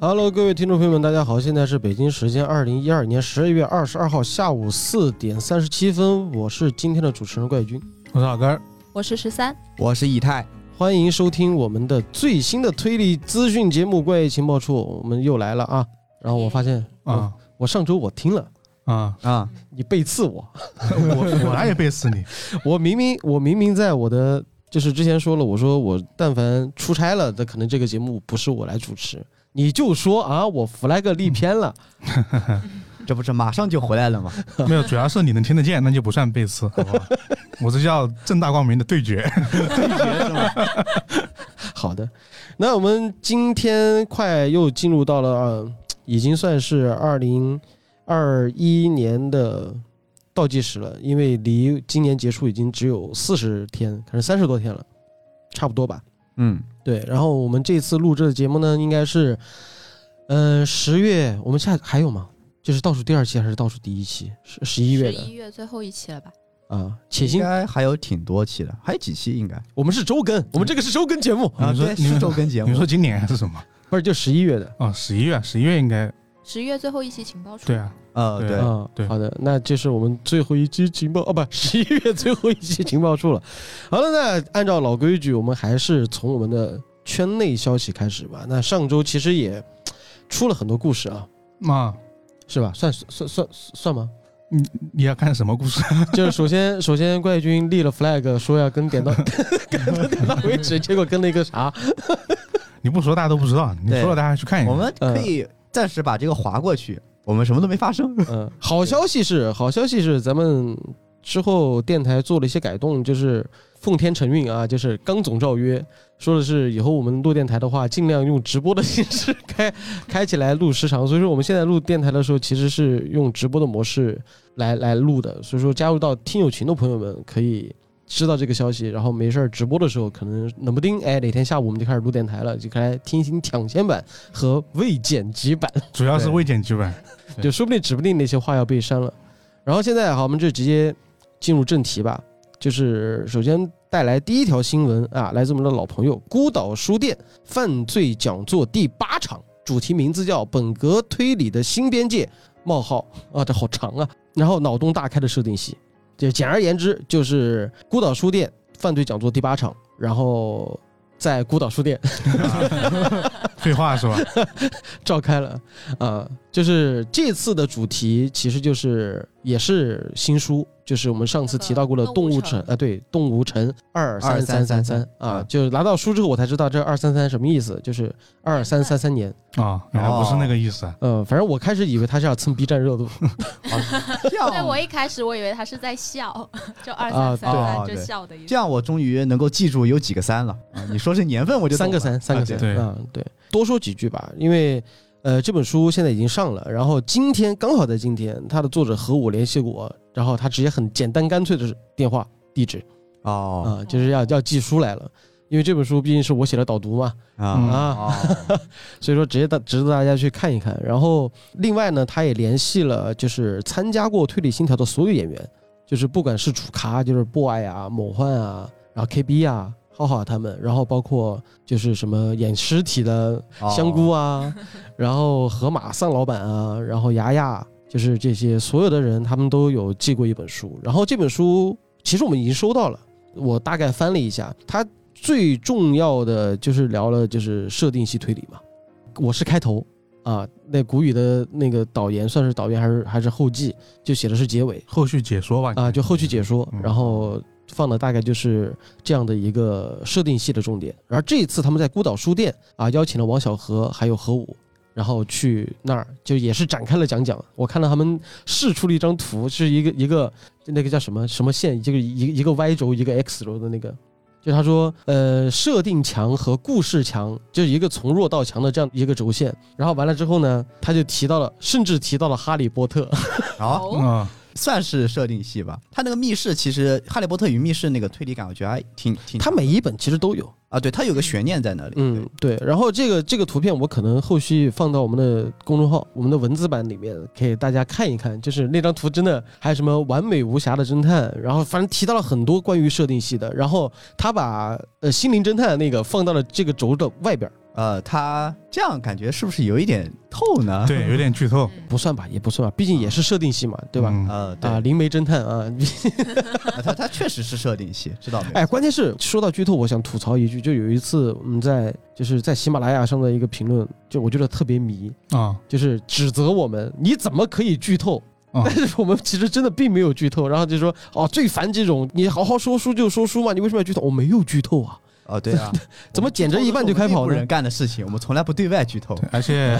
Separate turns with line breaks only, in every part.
Hello，各位听众朋友们，大家好，现在是北京时间二零一二年十二月二十二号下午四点三十七分，我是今天的主持人怪军，
我是老根儿，
我是十三，
我是以太。
欢迎收听我们的最新的推理资讯节目《怪异情报处》，我们又来了啊！然后我发现哦
啊
我，我上周我听了
啊，
啊，
你背刺我，
我我哪也背死你？
我明明我明明在我的就是之前说了，我说我但凡出差了，那可能这个节目不是我来主持，你就说啊，我 flag 立偏了，
这不是马上就回来了吗？
没有，主要是你能听得见，那就不算背刺，好不好？我这叫正大光明的对决。
好的，那我们今天快又进入到了，呃、已经算是二零二一年的倒计时了，因为离今年结束已经只有四十天，可是三十多天了，差不多吧。
嗯，
对，然后我们这次录制的节目呢，应该是，嗯、十月，我们下还有吗？就是倒数第二期还是倒数第一期？十十一月
十一
的
月最后一期了吧？
啊，且
应
行，
该还有挺多期的，还有几期应该
我们是周更，我们这个是周更节目，
哦
啊？
你说
对，
你
是周更节
你
目
说。今年还是什么？
不是就十一月的。
哦，十一月，十一月应该
十一月最后一期情报处，
对啊，
呃，
对
对，
啊，
对
好的，那就是我们最后一期情报哦，不，十一月最后一期情报处了。好了，那按照老规矩，我们还是从我们的圈内消息开始吧。那上周其实也出了很多故事啊，
啊，
是吧？算算算算算吗？
你你要看什么故事？
就是首先，首先怪军立了 flag，说要跟点到 跟到点到为止，结果跟了一个啥？
你不说大家都不知道，你
对
说了大家去看一看。
我们可以暂时把这个划过去，我们什么都没发生。
嗯，好消息是，好消息是，咱们之后电台做了一些改动，就是奉天承运啊，就是刚总诏约，说的是以后我们录电台的话，尽量用直播的形式开开起来录时长。所以说我们现在录电台的时候，其实是用直播的模式来来录的。所以说加入到听友群的朋友们可以。知道这个消息，然后没事儿直播的时候，可能冷不丁，哎，哪天下午我们就开始录电台了，就开始听一听抢先版和未剪辑版。
主要是
对
未剪辑版，对
就说不定指不定那些话要被删了。然后现在好，我们就直接进入正题吧。就是首先带来第一条新闻啊，来自我们的老朋友孤岛书店犯罪讲座第八场，主题名字叫《本格推理的新边界》冒号啊，这好长啊。然后脑洞大开的设定系，就简而言之就是孤岛书店犯罪讲座第八场，然后在孤岛书店
废话是吧？
召开了，啊，就是这次的主题其实就是也是新书，就是我们上次提到过的
那
《
个
动
动
物
物
城
城》
啊，对，《动物城二三三三三》啊，
嗯
就是拿到书之后我才知道这二三三什么意思，就是二三三三年，
啊，原来不是那个意思啊。
嗯，反正我开始以为他是要蹭 B 站热度，
这 样
对我一开始我以为他是在笑， 就二
啊
三三
对
三就笑的意
这
思。
样我终于能够记住有几个三了啊！你说是年份，我就懂
三个
了
三，三个
啊对
三，
对
啊，对，多说几句吧，因为呃，这本书现在已经上了，然后今天刚好在今天，他的作者和我联系过，然后他直接很简单干脆的电话地址。
哦
啊，就是要要寄书来了，因为这本书毕竟是我写的导读嘛，
嗯
啊
啊，
哦
所以说直接大值得大家去看一看。然后另外呢，他也联系了就是参加过《推理信条》的所有演员，就是不管是主咖，就是 boy 啊、某幻啊，然后 KB 啊、浩浩他们，然后包括就是什么演尸体的
哦
香菇啊，然后河马丧老板啊，然后牙牙，就是这些所有的人，他们都有寄过一本书。然后这本书其实我们已经收到了，我大概翻了一下，它最重要的就是聊了就是设定系推理嘛。我是开头啊，那古语的那个导言算是导言还是还是后记，就写的是结尾
后续解说吧。
啊，就后续解说
嗯，
然后放的大概就是这样的一个设定系的重点。而这一次他们在孤岛书店啊，邀请了王小河还有何武，然后去那儿就也是展开了讲讲。我看到他们试出了一张图，是一个一个那个叫什么什么线，这个一个一个 Y 轴一个 X 轴的那个。就他说，呃，设定墙和故事墙就是一个从弱到强的这样一个轴线。然后完了之后呢，他就提到了，甚至提到了《哈利波特》
哦，
哦，
啊，
算是设定系吧。他那个密室其实《哈利波特与密室》那个推理感，我觉得还挺挺
他每一本其实都有，
啊，对，它有个悬念在那里。
嗯，对。然后这个这个图片我可能后续放到我们的公众号、我们的文字版里面，给大家看一看。就是那张图真的还有什么完美无瑕的侦探，然后反正提到了很多关于设定系的。然后他把呃心灵侦探那个放到了这个轴的外边儿，
呃，它这样感觉是不是有一点透呢？，
对，有点剧透，
哦
不算吧，也不算吧，毕竟也是设定系嘛，对吧？
嗯
呃，对，
啊，灵媒侦探啊，
啊它它确实是设定系，知道没有？
哎，关键是说到剧透，我想吐槽一句，就有一次我们在就是在喜马拉雅上的一个评论，就我觉得特别迷，
啊，
就是指责我们你怎么可以剧透。
啊
但 是我们其实真的并没有剧透，然后就说哦，最烦这种你好好说书就说书嘛，你为什么要剧透？我没有剧透啊，
哦，对啊，
怎么剪着一半就开
我
跑
们内部
呢
人？干的事情，我们从来不对外剧透，
而且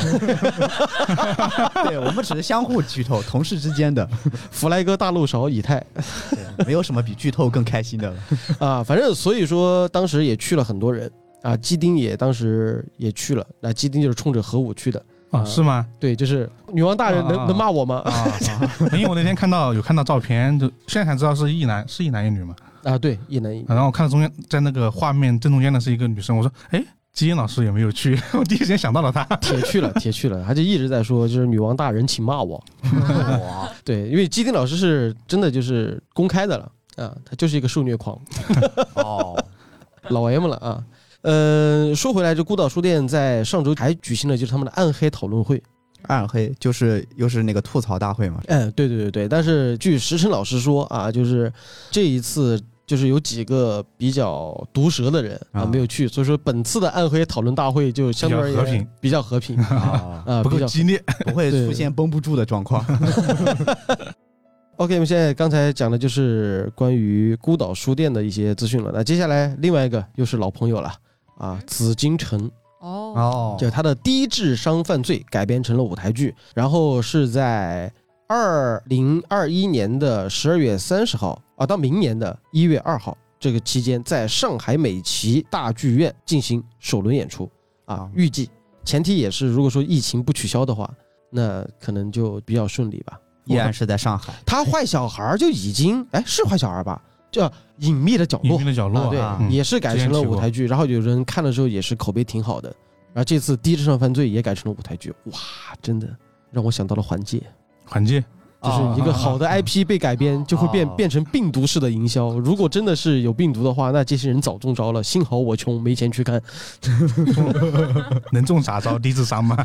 对我们只是相互剧透，同事之间的，
弗莱哥大漏勺以太，
对没有什么比剧透更开心的了。
啊，反正所以说当时也去了很多人啊，基丁也当时也去了，那基丁就是冲着核武去的，
啊，是吗？
对，就是女王大人能、
啊
能骂我吗？
啊， 因为我那天看到有看到照片，就现在才知道是一男是一男一女嘛。
啊，对，一男一女
然后我看到中间在那个画面正中间的是一个女生，我说，哎，基因老师有没有去？ 我第一时间想到了她。
铁去了，铁去了，他就一直在说，就是女王大人，请骂我。
嗯
哇，
对，因为基丁老师是真的就是公开的了啊，他就是一个受虐 狂，
哦，
老 M 了啊。呃，说回来，这孤岛书店在上周还举行了就是他们的暗黑讨论会。
暗黑就是又是那个吐槽大会嘛，
嗯，对对对对，但是据石晨老师说啊，就是这一次就是有几个比较毒舌的人啊
啊
没有去，所以说本次的暗黑讨论大会就相对而
比较和
言
平
比较和平
啊，
啊，
不
比
够
较
激烈，
不会
对
出现绷不住的状况。
OK，我们现在刚才讲的就是关于孤岛书店的一些资讯了。那接下来另外一个又是老朋友了啊，紫禁城，
哦，
哦
就它的低智商犯罪改编成了舞台剧，然后是在二零二一年的十二月三十号啊，到明年的一月二号这个期间，在上海美琪大剧院进行首轮演出啊
啊，
预计前提也是如果说疫情不取消的话，那可能就比较顺利吧。
依然是在上海，
他坏小孩儿就已经哎是坏小孩儿吧？叫隐秘的角
隐
落
秘的角
啊，
落
对，
啊
嗯
也是改成了
之前提过
舞台剧。然后有人看了之后也是口碑挺好的。然后这次《低智商犯罪》也改成了舞台剧，哇，真的让我想到了环界，
环境
就是一个
啊
好的 IP 被改编
哦
就会变
哦
变成病毒式的营销。如果真的是有病毒的话，那这些人早中招了。幸好我穷，没钱去看。
能中啥招？低智商吗？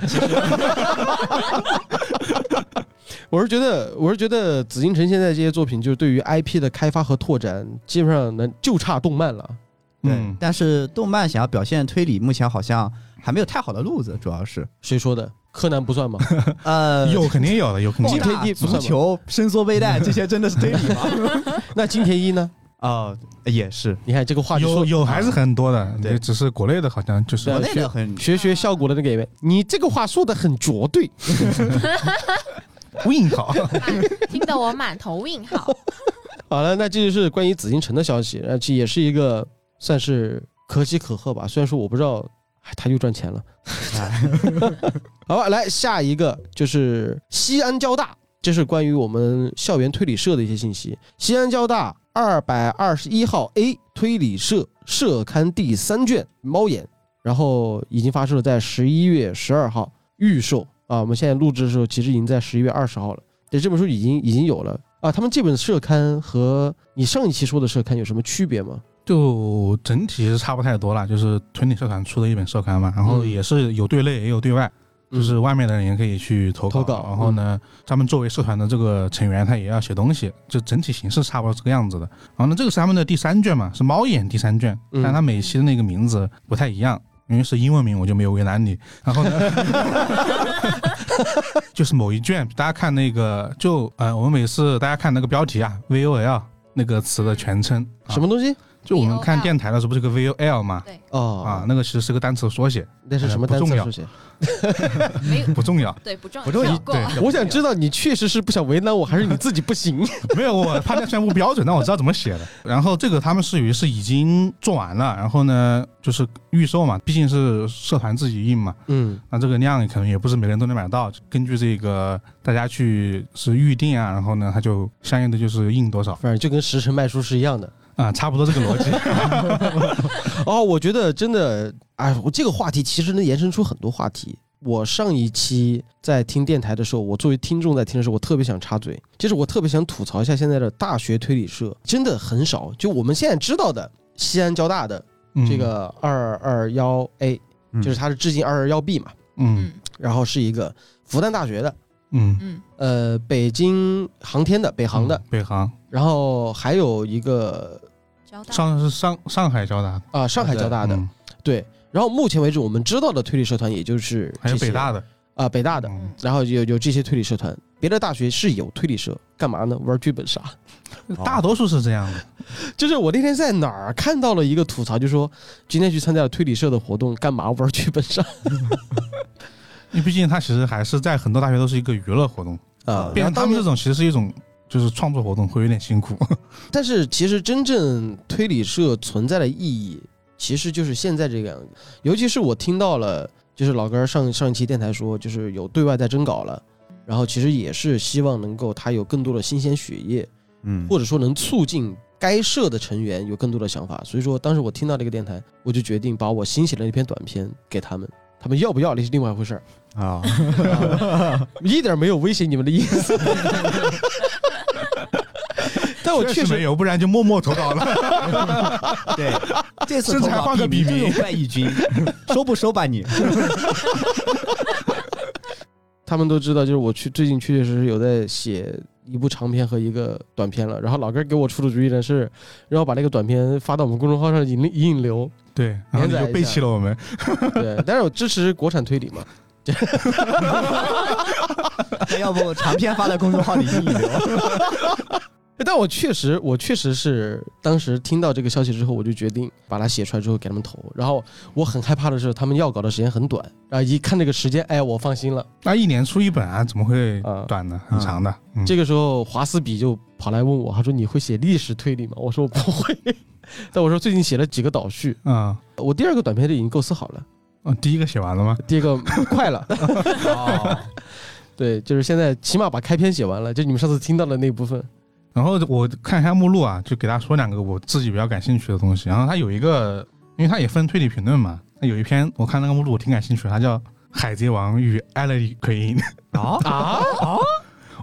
我是觉得，我是觉得紫禁城现在这些作品，就是对于 IP 的开发和拓展，基本上能就差动漫了。
对
嗯，，
但是动漫想要表现推理，目前好像还没有太好的路子，主要是
谁说的？柯南不算吗？
呃，
有肯定有的，有肯定
今
爆
有
天
炸
一不
足
算吧
球、伸缩背带这些真的是推理吗？
那金田一呢？
啊，也是，
你看这个话就
有
说啊
有还是很多的，
对
对，只是国内的好像就是啊
国内的很
学学效果的那个演员，你这个话说的很绝对。
不硬考。
听得我满头问号。
好了，那这就是关于紫禁城的消息，而且也是一个算是可喜可贺吧。虽然说我不知道，哎，他又赚钱了。
哎
好吧，来下一个就是西安交大，这是关于我们校园推理社的一些信息。西安交大二百二十一号 A 推理社社刊第三卷《猫眼》，然后已经发售了，在十一月十二号预售啊。我们现在录制的时候，其实已经在十一月二十号了。对，这本书已经已经有了啊。他们这本社刊和你上一期说的社刊有什么区别吗？
就整体是差不太多了，就是推理社团出的一本社刊嘛，然后
嗯
也是有对内也有对外，就是外面的人也可以去投稿。
投稿嗯
然后呢，他们作为社团的这个成员，他也要写东西，就整体形式差不多这个样子的。然后呢，这个是他们的第三卷嘛，是猫眼第三卷，
嗯
但它每期的那个名字不太一样。因为是英文名，我就没有为难你。然后呢， 就是某一卷，大家看那个，就呃，我们每次大家看那个标题啊，V O L 那个词的全称，啊
什么东西？
就我们看电台的时候不是个 VOL 嘛？
哦
啊，，那个其实是个单词的缩写，
那是什么单
不
词
重要
书写？
没有。
不重要
对不重要，
不重要
跳过
对
我想知道你确实是不想为难我，还是你自己不 行？
没有，我判断虽然不标准，但我知道怎么写的。然后这个他们是于是已经做完了，然后呢就是预售嘛，毕竟是社团自己印嘛，
嗯，
那这个量可能也不是每个人都能买到。根据这个大家去是预定啊，然后呢他就相应的就是印多少。
反正就跟石城卖书是一样的。
啊、差不多这个逻辑。
哦，我觉得真的，哎，我这个话题其实能延伸出很多话题。我上一期在听电台的时候，我作为听众在听的时候，我特别想插嘴，就是我特别想吐槽一下现在的大学推理社，真的很少。就我们现在知道的，西安交大的
嗯
这，个二二幺 A，
嗯
就是它是致敬二二幺 B 嘛，
嗯
嗯
然后是一个复旦大学的，
嗯，
嗯
呃，北京航天的，北
嗯
航的，
北航，
然后还有一个
交大
上是上上海交大
啊、上海交大的，
的，嗯
对。然后目前为止，我们知道的推理社团也就是
还有
这些
北大的，
啊、北大的，
嗯
然后有有这些推理社团，别的大学是有推理社，干嘛呢？玩剧本杀。
大多数是这样的。
就是我那天在哪儿看到了一个吐槽，就说今天去参加了推理社的活动，干嘛玩剧本杀
因为毕竟它其实还是在很多大学都是一个娱乐活动，
啊？
变
然后
成他
当
们这
年，
种其实是一种就是创作活动，会有点辛苦。
但是其实真正推理社存在的意义，其实就是现在这个样子。尤其是我听到了，就是老根儿上上一期电台说，就是有对外在征稿了，然后其实也是希望能够他有更多的新鲜血液，
嗯，
或者说能促进该社的成员有更多的想法。所以说，当时我听到这个电台，我就决定把我新写的那篇短片给他们。他们要不要那是另外一回事儿，
啊，
一点没有威胁你们的意思。 但我哦确
确没
实，
有，不然就默默投稿 了。
对，这次
身材
投稿
换个
笔
笔名
这种怪异君， 收不收吧你？
他们都知道，就是我去最近确确实实有在写一部长篇和一个短篇了。然后老根儿给我出的主意呢是，然后把那个短篇发到我们公众号上引引引流。
对，然后你
连载
就
一
背
下
弃了我们。
对，但是我支持国产推理嘛，
要不长篇发在公众号里引引流？
但我确实，我确实是当时听到这个消息之后，我就决定把它写出来之后给他们投。然后我很害怕的是，他们要稿的时间很短，然后一看这个时间，哎，我放心了。
那一年出一本啊，怎么会
啊
短呢？很长的。嗯
这个时候，华斯比就跑来问我，他说：“你会写历史推理吗？”我说：“我不会。” 但我说最近写了几个导序，
啊，
我第二个短篇就已经构思好了，
哦第一个写完了吗？
第一 个快了。
哦，
对，就是现在起码把开篇写完了，就你们上次听到的那部分。
然后我看一下目录啊，就给大家说两个我自己比较感兴趣的东西。然后它有一个，因为它也分推理评论嘛，它有一篇我看那个目录我挺感兴趣的，它叫《海贼王与艾勒里奎因》，
啊啊啊！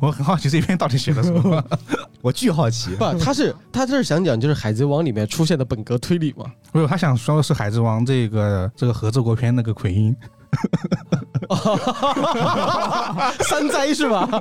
我很好奇这篇到底写的什么。
我巨好奇
不，他是他这是想讲就是《海贼王》里面出现的本格推理嘛？
没有，他想说的是《海贼王》这个这个合作国片那个奎因，
三灾是吧？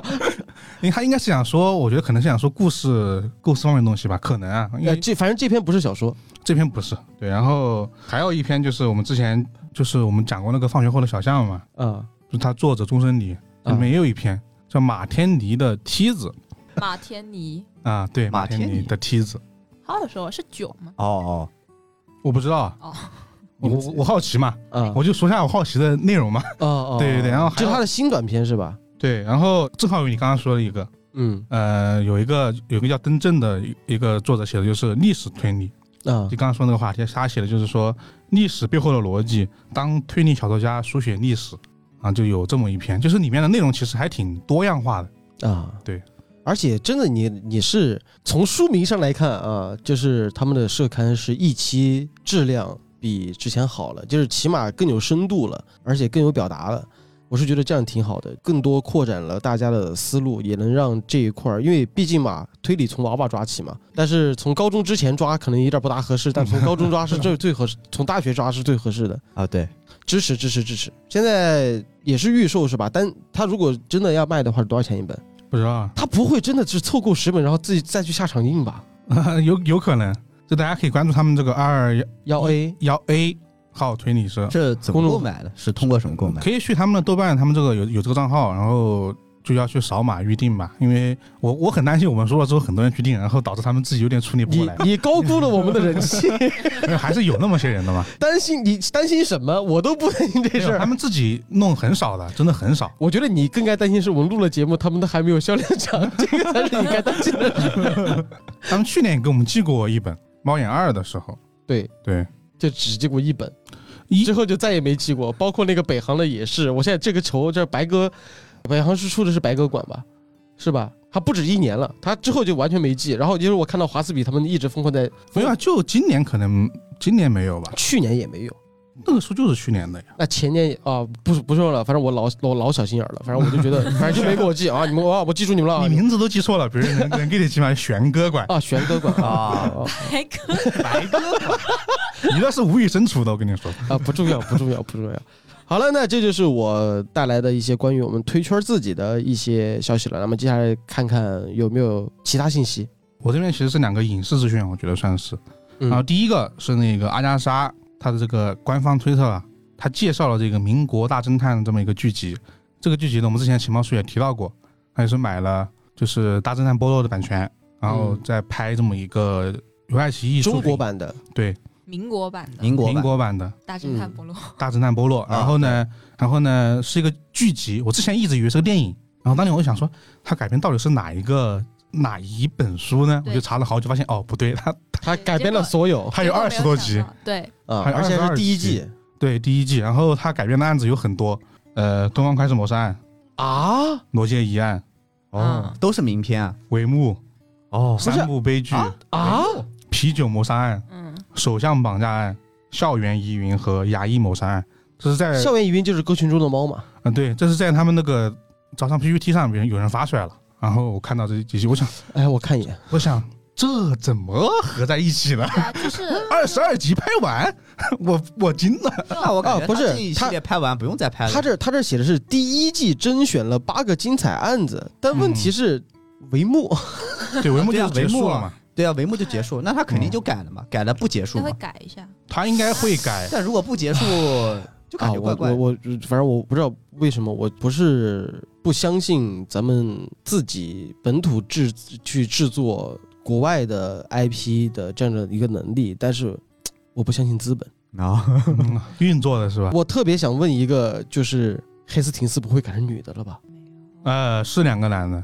因为他应该是想说，我觉得可能是想说故事构思方面的东西吧，可能啊，因
呃，
为
这反正这篇不是小说，
这篇不是对。然后还有一篇就是我们之前就是我们讲过那个放学后的小象嘛，
啊
就是他作者钟生里
啊
里面也有一篇叫马天尼的梯子
马天尼，
啊，对，
马
马天
天尼
尼的梯子，
好的时候是酒吗？
哦哦，
我不知道啊，
哦，
我我我好奇嘛，
啊
我就说一下我好奇的内容嘛。
哦哦，
对对对然后还
这是
有
他的新短片是吧？
对，然后正好有你刚刚说的一个，
嗯
呃，有一个有一个叫登正的一一个作者写的就是历史推理，
啊
就刚刚说那个话题，他写的就是说历史背后的逻辑，当推理小说家书写历史啊，就有这么一篇，就是里面的内容其实还挺多样化的。
啊，
对。
而且真的你，你是从书名上来看啊，就是他们的社刊是一期质量比之前好了，就是起码更有深度了，而且更有表达了。我是觉得这样挺好的，更多扩展了大家的思路，也能让这一块儿，因为毕竟嘛，推理从娃娃抓起嘛，但是从高中之前抓可能有点不大合适，但从高中抓是最最合适，从大学抓是最合适的。
啊对，
支持支持支持！现在也是预售是吧？但他如果真的要卖的话，是多少钱一本？
不知道啊，
他不会真的是凑够十本，然后自己再去下场印吧？
啊 有有可能，就大家可以关注他们这个二
要 A
幺 A 号推理社，
这怎么购买的？是通过什么购买？
可以去他们的豆瓣，他们这个有有这个账号，然后就要去扫码预定吧。因为我我很担心我们说了之后很多人去订，然后导致他们自己有点处理不过
你
来，
你高估了我们的人 气，
因为还是有那么些人的嘛。
担心你担心什么？我都不担心这
没
事
有他
儿。
们自己弄很少的，真的很少。
我觉得你更该担心是我们录了节目，他们都还没有销量涨，这个才是你该担心的事。
他们去年也给我们寄过一本《猫眼二》的时候，
对，
对，
就只寄过一本，
一
之后就再也没寄过，包括那个北航的也是。我现在这个仇，这白鸽，北航是出的是白鸽馆吧？是吧？它不止一年了，它之后就完全没记。然后就是我看到华斯比他们一直疯狂在，
没有啊，就今年可能今年没有吧，
去年也没有，
那个书就是去年的呀。
那前年也啊，不是不说了，反正我老我老小心眼儿了，反正我就觉 得，反正就没给我记啊，你们啊，我记住你们了啊
你名字都记错了，别人能能给你起码玄哥管，
啊，玄哥管 啊
啊，
啊
白哥
白 哥管，你那是无语真出的，我跟你说。
啊，不重要，不重要，不重要。好了，那这就是我带来的一些关于我们推圈自己的一些消息了。那么接下来看看有没有其他信息。
我这边其实是两个影视资讯，我觉得算是。然后
嗯
第一个是那个阿加莎，她的这个官方推特啊，她介绍了这个《民国大侦探》这么一个剧集。这个剧集呢，我们之前情报书也提到过，她也是买了就是《大侦探波洛》的版权，然后
嗯
再拍这么一个由爱奇艺出
中
品
国版的
对
民国版的
民国
民
版啊
国版的《
大侦探伯洛，
大侦探波洛》，然后呢，然后呢是一个剧集，我之前一直以为是个电影，然后当年我就想说，它改编到底是哪一个哪一本书呢？我
对
就查了好久，发现哦不对，它
它改编了所有
它有
结果
二
没
十多
想
集，
到，对，
啊，
还有
而且还是第一季
对第一季，然后他改编的案子有很多，呃，东方快车谋杀案、
啊。
罗杰疑案、
哦
都是名片啊。
帷幕、
哦
是
三部悲剧、
啊
啊，
啤酒谋杀案、
嗯，
首相绑架案、校园疑云和牙医谋杀案，这是在嗯、
校园疑云就是歌群中的猫嘛。
啊对，这是在他们那个早上 PPT 上面有人发出来了，然后我看到这几集，我想
哎，我看一眼，
我想这怎么合在一起呢？
对啊，就是
二十二集拍完，我我惊了，
那我感
啊
觉
不是
他这一系列拍完不用再拍了。
他这他这写的是第一季甄选了八个精彩案子，但问题是帷幕
对，帷幕
对
就
啊
结束
帷幕
了
啊
嘛，就是
对啊，帷幕就结束，那他肯定就改了嘛，改了不结束
他
嘛
会。改一下，
他应该会 改，
但如果不结束，就
啊，
感觉
我
怪怪
我
的。
我反正我不知道为什么，我不是不相信咱们自己本土制去制作国外的 IP 的这样的一个能力，但是我不相信资本。
啊，
嗯运作的是吧？
我特别想问一个，就是黑斯廷斯不会改成女的了吧？
呃，是两个男的，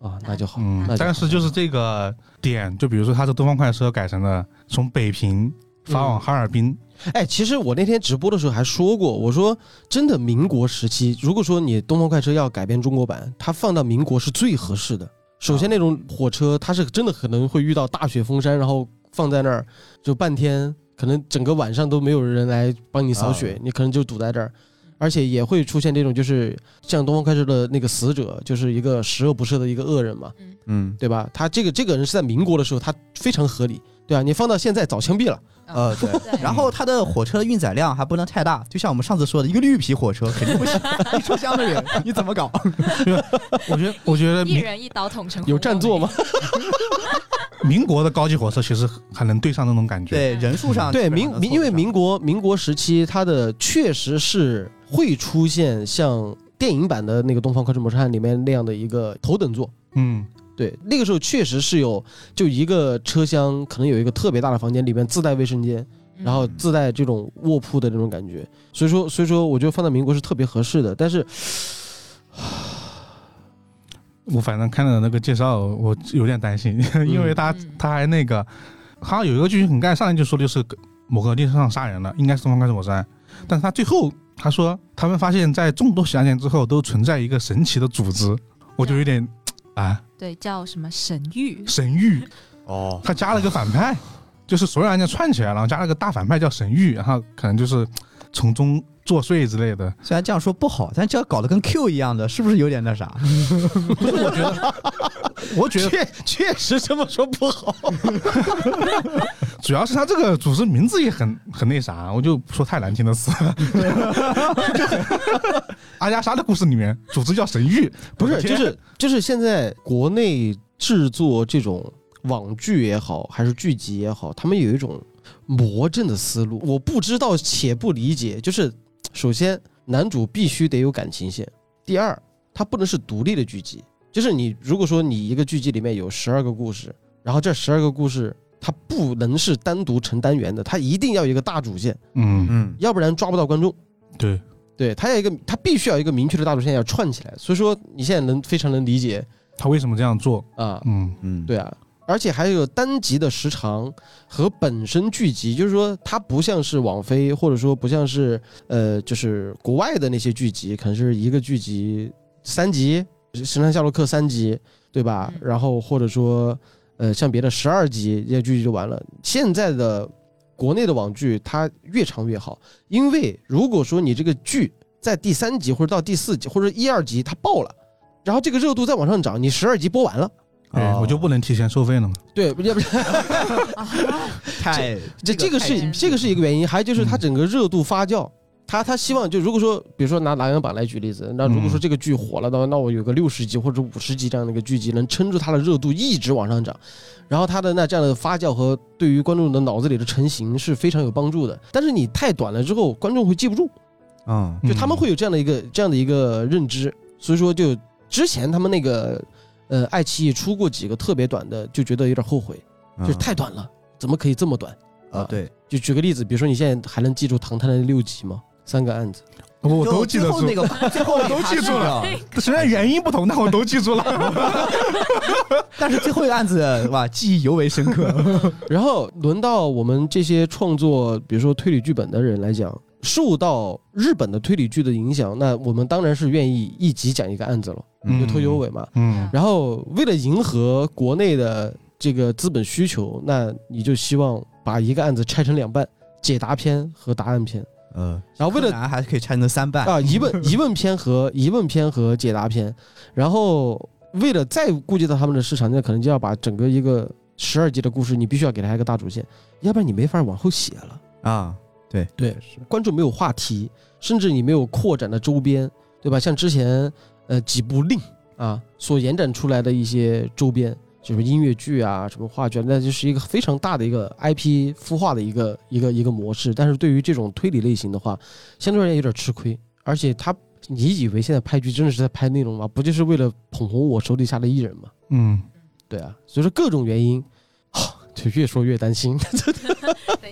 啊，那就好，
嗯
那，就
但
好
是就是这个点，就比如说它这东方快车改成了从北平发往哈尔滨，
哎，其实我那天直播的时候还说过，我说真的，民国时期，如果说你《东方快车》要改编中国版，它放到民国是最合适的。首先，那种火车它是真的可能会遇到大雪封山，然后放在那儿就半天，可能整个晚上都没有人来帮你扫雪，
啊
你可能就堵在这儿。而且也会出现这种，就是像《东方快车》的那个死者，就是一个十恶不赦的一个恶人嘛，
嗯，
对吧？他这个这个人是在民国的时候，他非常合理，对啊，你放到现在早枪毙了。
呃，对。
嗯对，
然后它的火车运载量还不能太大，就像我们上次说的，一个绿皮火车肯定不行， 一车厢的人你怎 么搞？
我觉得我觉得
一
民
人一刀捅成
有占座吗？
民国的高级火车其实还能对上那种感觉，
对，人数上
对
啊基本
民
上都
民，
凑
因为
不上
民国民国时期，它的确实是会出现像电影版的那个《东方快车谋杀案》里面那样的一个头等座。
嗯，
对，那个时候确实是有，就一个车厢可能有一个特别大的房间，里面自带卫生间，
嗯
然后自带这种卧铺的这种感觉。所以说，所以说我觉得放在民国是特别合适的。但是
我反正看了那个介绍，我有点担心， 因为他
嗯
他还那个，他有一个剧情很干，上来就说就是某个地上杀人了，应该是东方快车谋杀案，但是他最后他说他们发现，在众多血案件之后都存在一个神奇的组织，我就有点啊
对叫什么神域，
神域。
哦，
他加了个反派，就是所有案件串起来，然后加了个大反派叫神域，然后可能就是从中作祟之类的。
虽然这样说不好，但这搞得跟 Q 一样的，是不是有点那啥？
不是，我觉得，我觉 得
确确实这么说不好，
主要是他这个组织名字也很很那啥，我就不说太难听的词了。 就很阿加莎的故事里面，组织叫神域，
不
我
是
的
就
天
是就是现在国内制作这种网剧也好，还是剧集也好，他们有一种魔怔的思路，我不知道且不理解。就是首先，男主必须得有感情线；第二，他不能是独立的剧集。就是你如果说你一个剧集里面有十二个故事，然后这十二个故事它不能是单独成单元的，它一定要有一个大主线，
嗯，
嗯，
要不然抓不到观众。
对，
对，它要有一个，它必须要有一个明确的大主线要串起来。所以说，你现在能非常能理解
他为什么这样做？
啊，
嗯，
嗯，
对啊，而且还有单集的时长和本身剧集，就是说它不像是网飞，或者说不像是呃，就是国外的那些剧集，可能是一个剧集三集神探夏洛克》三集，对吧？
嗯
然后或者说，呃，像别的十二集这些剧集就完了。现在的国内的网剧，它越长越好，因为如果说你这个剧在第三集或者到第四集或者一二集它爆了，然后这个热度再往上涨，你十二集播完了，
嗯对，
哦
我就不能提前收费了嘛。
对，要 不然
啊，
太
这这个
太
是
难
这个是一个原因，还有就是它
嗯
整个热度发酵，他他希望就如果说，比如说拿《琅琊榜》来举例子，那如果说
嗯
这个剧火了，那那我有个六十集或者五十集这样的一个剧集，能撑住它的热度一直往上涨，然后它的那这样的发酵和对于观众的脑子里的成型是非常有帮助的。但是你太短了之后，观众会记不住，
嗯
就他们会有这样的一个这样的一个认知，所以说就之前他们那个呃爱奇艺出过几个特别短的，就觉得有点后悔，就是
嗯
太短了，怎么可以这么短？
啊对，
就举个例子，比如说你现在还能记住《唐探》的六集吗？三个案子，
嗯，我都记得
最后
住
那， 个，最后
我都记住了，虽然原因不同，但我都记住了。
但是最后一个案子哇，记忆尤为深刻。
然后轮到我们这些创作，比如说推理剧本的人来讲，受到日本的推理剧的影响，那我们当然是愿意一集讲一个案子了，
嗯
有头有尾嘛。
嗯，
然后为了迎合国内的这个资本需求，那你就希望把一个案子拆成两半，解答篇和答案篇。
嗯，
然后为了
柯南还可以拆成三半，
啊，疑问疑问篇和疑问篇和解答篇，然后为了再顾及到他们的市场，那可能就要把整个一个十二集的故事，你必须要给他一个大主线，要不然你没法往后写了。
啊，对
对，观众没有话题，甚至你没有扩展的周边，对吧？像之前呃几部令啊所延展出来的一些周边，就是音乐剧啊、什么话剧啊，那就是一个非常大的一个 IP 孵化的一个一个一个模式。但是对于这种推理类型的话，相对而言有点吃亏，而且他。你以为现在拍剧真的是在拍内容吗？不就是为了捧红我手底下的艺人吗？
嗯，
对啊，所以说各种原因， 就越说越担心。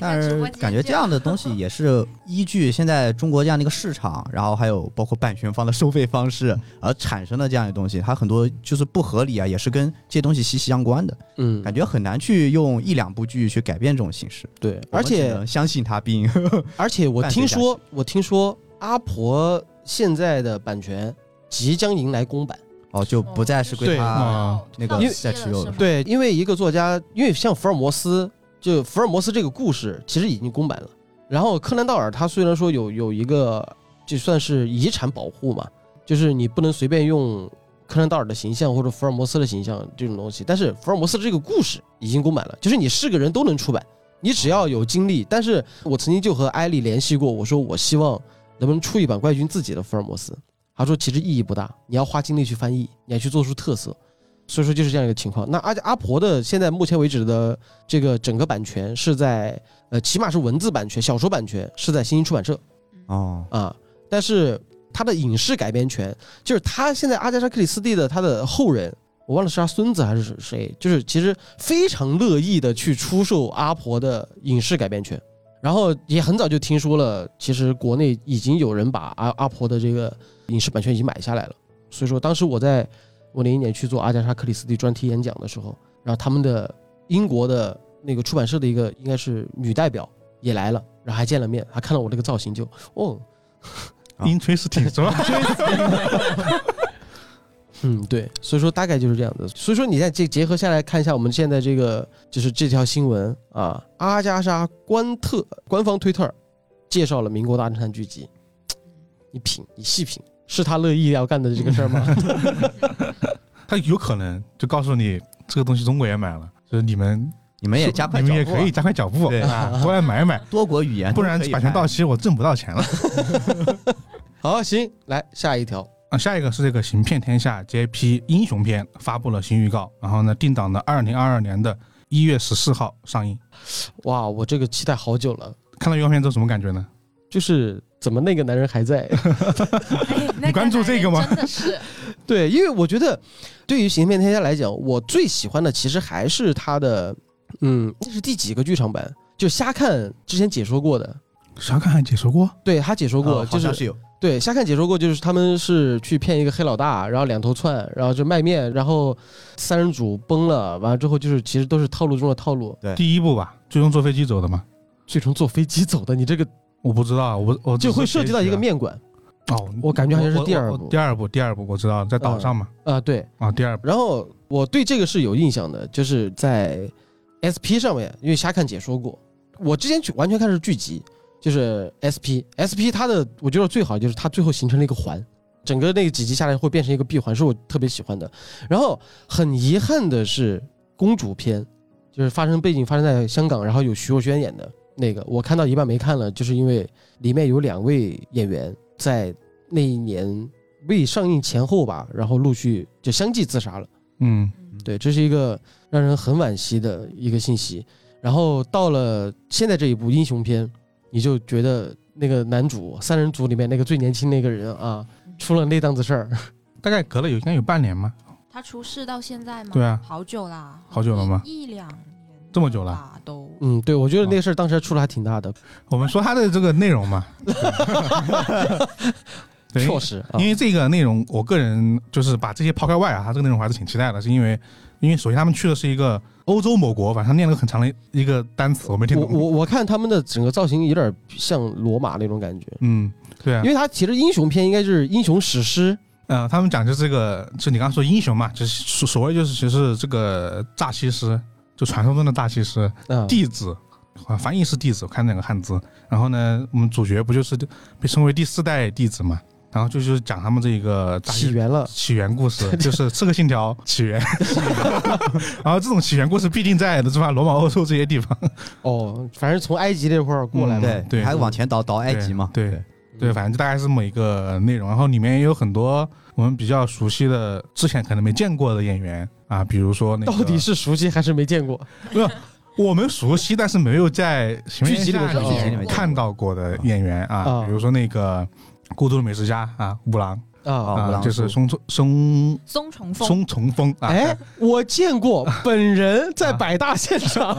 但是感觉这样的东西也是依据现在中国这样的一个市场，然后还有包括版权方的收费方式而产生的这样的东西，它很多就是不合理啊，也是跟这些东西息息相关的，
嗯，
感觉很难去用一两部剧去改变这种形式，
对，
我
而
们只
且
能相信它 并
而且我
伴随
听
下
说，我听说阿婆现在的版权即将迎来公版。
哦就不再是归
对
它
嗯
哦
那个再持有了
对，因为一个作家，因为像福尔摩斯，就福尔摩斯这个故事其实已经公版了。然后柯南道尔他虽然说有有一个就算是遗产保护嘛，就是你不能随便用柯南道尔的形象或者福尔摩斯的形象这种东西，但是福尔摩斯这个故事已经公版了，就是你是个人都能出版，你只要有精力。但是我曾经就和艾丽联系过，我说我希望能不能出一版怪君自己的福尔摩斯，他说其实意义不大，你要花精力去翻译，你要去做出特色。所以说就是这样一个情况。那而且阿婆的现在目前为止的这个整个版权是在呃，起码是文字版权、小说版权是在新兴出版社
哦
啊，但是它的影视改编权，就是他现在阿加莎·克里斯蒂的他的后人，我忘了是他孙子还是谁，就是其实非常乐意的去出售阿婆的影视改编权。然后也很早就听说了，其实国内已经有人把阿阿婆的这个影视版权已经买下来了。所以说，当时我在我零一年去做阿加莎·克里斯蒂专题演讲的时候，然后他们的英国的那个出版社的一个应该是女代表也来了，然后还见了面，还看到我这个造型就哦，
啊
interesting 是吧？
嗯，对，所以说大概就是这样子。所以说你在这结合下来看一下我们现在这个就是这条新闻啊，阿加莎官特官方推特介绍了《民国大侦探》剧集，你品，你细品，是他乐意要干的这个事儿吗？
他有可能就告诉你这个东西中国也买了，就是你们
你
哎
们也加快
你
脚
们也
步啊，
可以加快脚步，
对
啊，过来买一买，
多国
哎
语言都
不
可以
然
看，
版权到期我挣不到钱了。
好，行，来下一条，
啊，下一个是这个《行骗天下》JP 英雄篇发布了新预告，然后呢，定档的二零二二年的一月十四号上映。
哇，我这个期待好久了，
看到预告片之后什么感觉呢？
就是怎么那个男人还在？
哎
你关注这个吗
真的是，
对，因为我觉得对于《行骗天下》来讲，我最喜欢的其实还是他的，嗯，那是第几个剧场版？就瞎看之前解说过的，
小看还解说过，
对他解说过，
啊好
就
像
是
是有
对瞎看解说过，就是他们是去骗一个黑老大，然后两头窜，然后就卖面，然后三人组崩了，完了之后就是其实都是套路中的套路，
第一部吧，最终坐飞机走的嘛。
最终坐飞机走的，你这个
哦
我不知道，我我只
就是会涉及到一个
截取
面馆，
了哦，
我感觉好像是第二
我我
部
第二部，第二部我知道在岛上嘛，
啊，对。
啊，第二部，
然后我对这个是有印象的，就是在 SP 上面，因为瞎看解说过，我之前去完全看是剧集，就是 SP SP 它的我觉得最好就是它最后形成了一个环，整个那几集下来会变成一个闭环，是我特别喜欢的。然后很遗憾的是公主篇，就是发生背景发生在香港，然后有徐若瑄演的那个，我看到一半没看了，就是因为里面有两位演员在那一年未上映前后吧，然后陆续就相继自杀了。
嗯，
对，这是一个让人很惋惜的一个信息。然后到了现在这一部英雄片，你就觉得那个男主三人组里面那个最年轻那个人啊，出了那档子事儿，
大概隔了有应该有半年嘛，
他出事到现在吗？
对啊
好久啦，
好久了吗
一一两年，
这么久了。
了都。
嗯，对，我觉得那个事儿当时出的还挺大的，
我们说它的这个内容 嘛，对，
确实啊
因，为这个内容，我个人就是把这些抛开外啊，它这个内容我还是挺期待的，是因为因为首先他们去的是一个欧洲某国，反正念了个很长的一个单词，我没听
我
懂。
我我看他们的整个造型有点像罗马那种感觉，
嗯，对啊
因，为他其实英雄片应该是英雄史诗，
呃，他们讲就是这个，就你刚刚说英雄嘛，就是所所谓就是其实这个诈欺师，就传说中的诈欺师，
啊，
弟子，啊翻译是弟子，我看那个汉字。然后呢，我们主角不就是被称为第四代弟子嘛？然后就就是讲他们这个诈欺
起源了，
起源故事，就是《刺客信条》起源。然后这种起源故事必定在是吧？罗马、欧洲这些地方
哦，反正从埃及那块儿过来
嗯
的，
对
对
还往前倒倒埃及嘛，
对对对，反正就大概是这么一个内容。然后里面也有很多我们比较熟悉的，之前可能没见过的演员啊，比如说那个
到底是熟悉还是没见过？
我们熟悉，但是没有在行为
剧集里面
下
看过
看到过的演员啊，
啊
比如说那个《孤独的美食家》啊，五郎
啊
哦五
啊，
郎
就是松
叔
村松
松重峰，
松重峰啊，
哎，我见 过本人在百大现场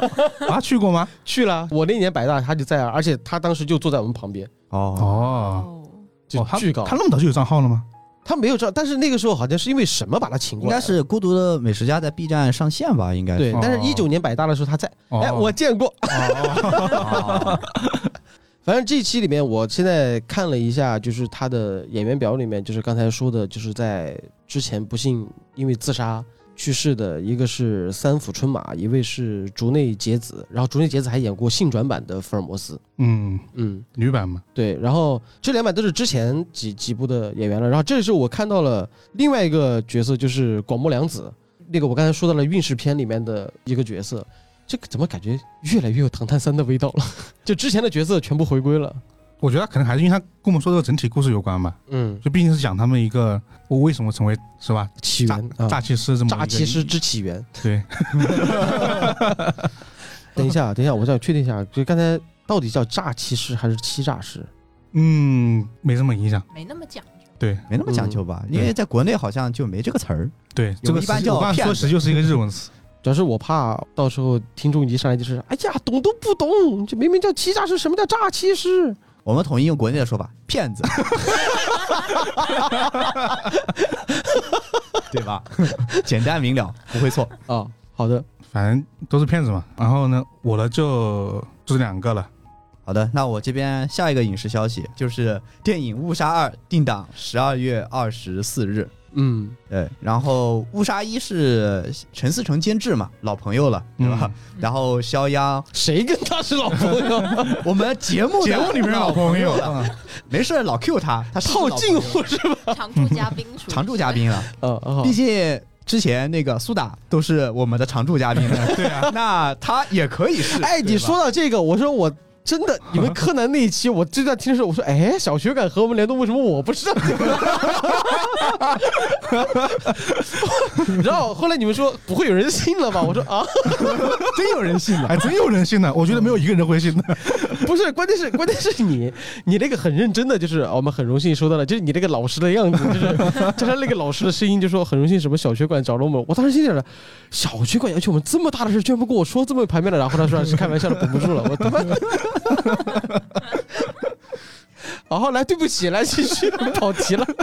啊 去过吗？
去了，我那年百大他就在啊，而且他当时就坐在我们旁边，
哦，
哦，
哦，
就
哦他
巨高。
他那么早就有账号了吗？
他没有照，但是那个时候好像是因为什么把他请
应
过来
该
了，
是《孤独的美食家》在 B 站上线吧，应该
对
是。
哦。
但是一九年百大的时候他在，
哦
哎，我见过。
哦
哦
反正这一期里面，我现在看了一下，就是他的演员表里面，就是刚才说的，就是在之前不幸因为自杀去世的，一个是三浦春马，一位是竹内结子，然后竹内结子还演过性转版的福尔摩斯，
嗯，
嗯。
女版嘛，
对，然后这两版都是之前几几部的演员了。然后这是我看到了另外一个角色，就是广末凉子，那个我刚才说到了运势篇里面的一个角色。这个怎么感觉越来越有《唐探三》的味道了？ 就之前的角色全部回归了。
我觉得可能还是因为他跟我们说这个整体故事有关吧，
嗯，
就毕竟是讲他们一个我为什么成为是吧
起源
嗯
诈
啊，
诈欺师这么一
诈
个
欺师之起源。
对
等一下，等一下，我想确定一下，就刚才到底叫诈欺师还是欺诈师？
嗯没什么影响
没那么讲究。
对
没那么讲究吧，
嗯
因为在国内好像就没这个词儿。
对这个
一般
词
叫
我刚才
骗
说
子
实就是一个日文 词。
主要是我怕到时候听众一上来就是，哎呀，懂都不懂，这明明叫欺诈师，什么叫诈欺师？
我们统一用国内的说法，骗子，对吧？简单明了，不会错。
啊，好的，
反正都是骗子嘛。然后呢，我的就就是两个了。
好的，那我这边下一个影视消息就是电影《误杀二》定档十二月二十四日。
嗯，
对，然后《误杀一》是陈思诚监制嘛，老朋友了，对
嗯
吧？然后肖央，
谁跟他 是老朋友？
我们节目的
节目里面有老朋友，
了，
嗯
没事儿老 Q 他，他是
套
老朋
近
友
乎是吧？
常驻嘉宾属于
常驻嘉宾了。
嗯，好
毕竟之前那个苏打都是我们的常驻嘉宾了，
对啊，
那他也可以是。
哎，
对吧
你说到这个，我说我真的，你们柯南那一期，我就在听的时候，我说，哎，小学敢和我们联动，为什么我不 知道？然后后来你们说不会有人信了吧？我说啊，
真有人信了，
哎还真有人 信的，我觉得没有一个人会信
嗯
的。
不是，关键是关键是你，你那个很认真的，就是哦我们很荣幸收到了，就是你那个老师的样子，就是 加上那个老师的声音，就说很荣幸什么小学馆找了我们。我当时心想着，小学馆要求我们这么大的事，居然不跟我说这么排面的，然后他说是开玩笑的，绷 不住了，我他妈。然后来，对不起，来继续跑题了。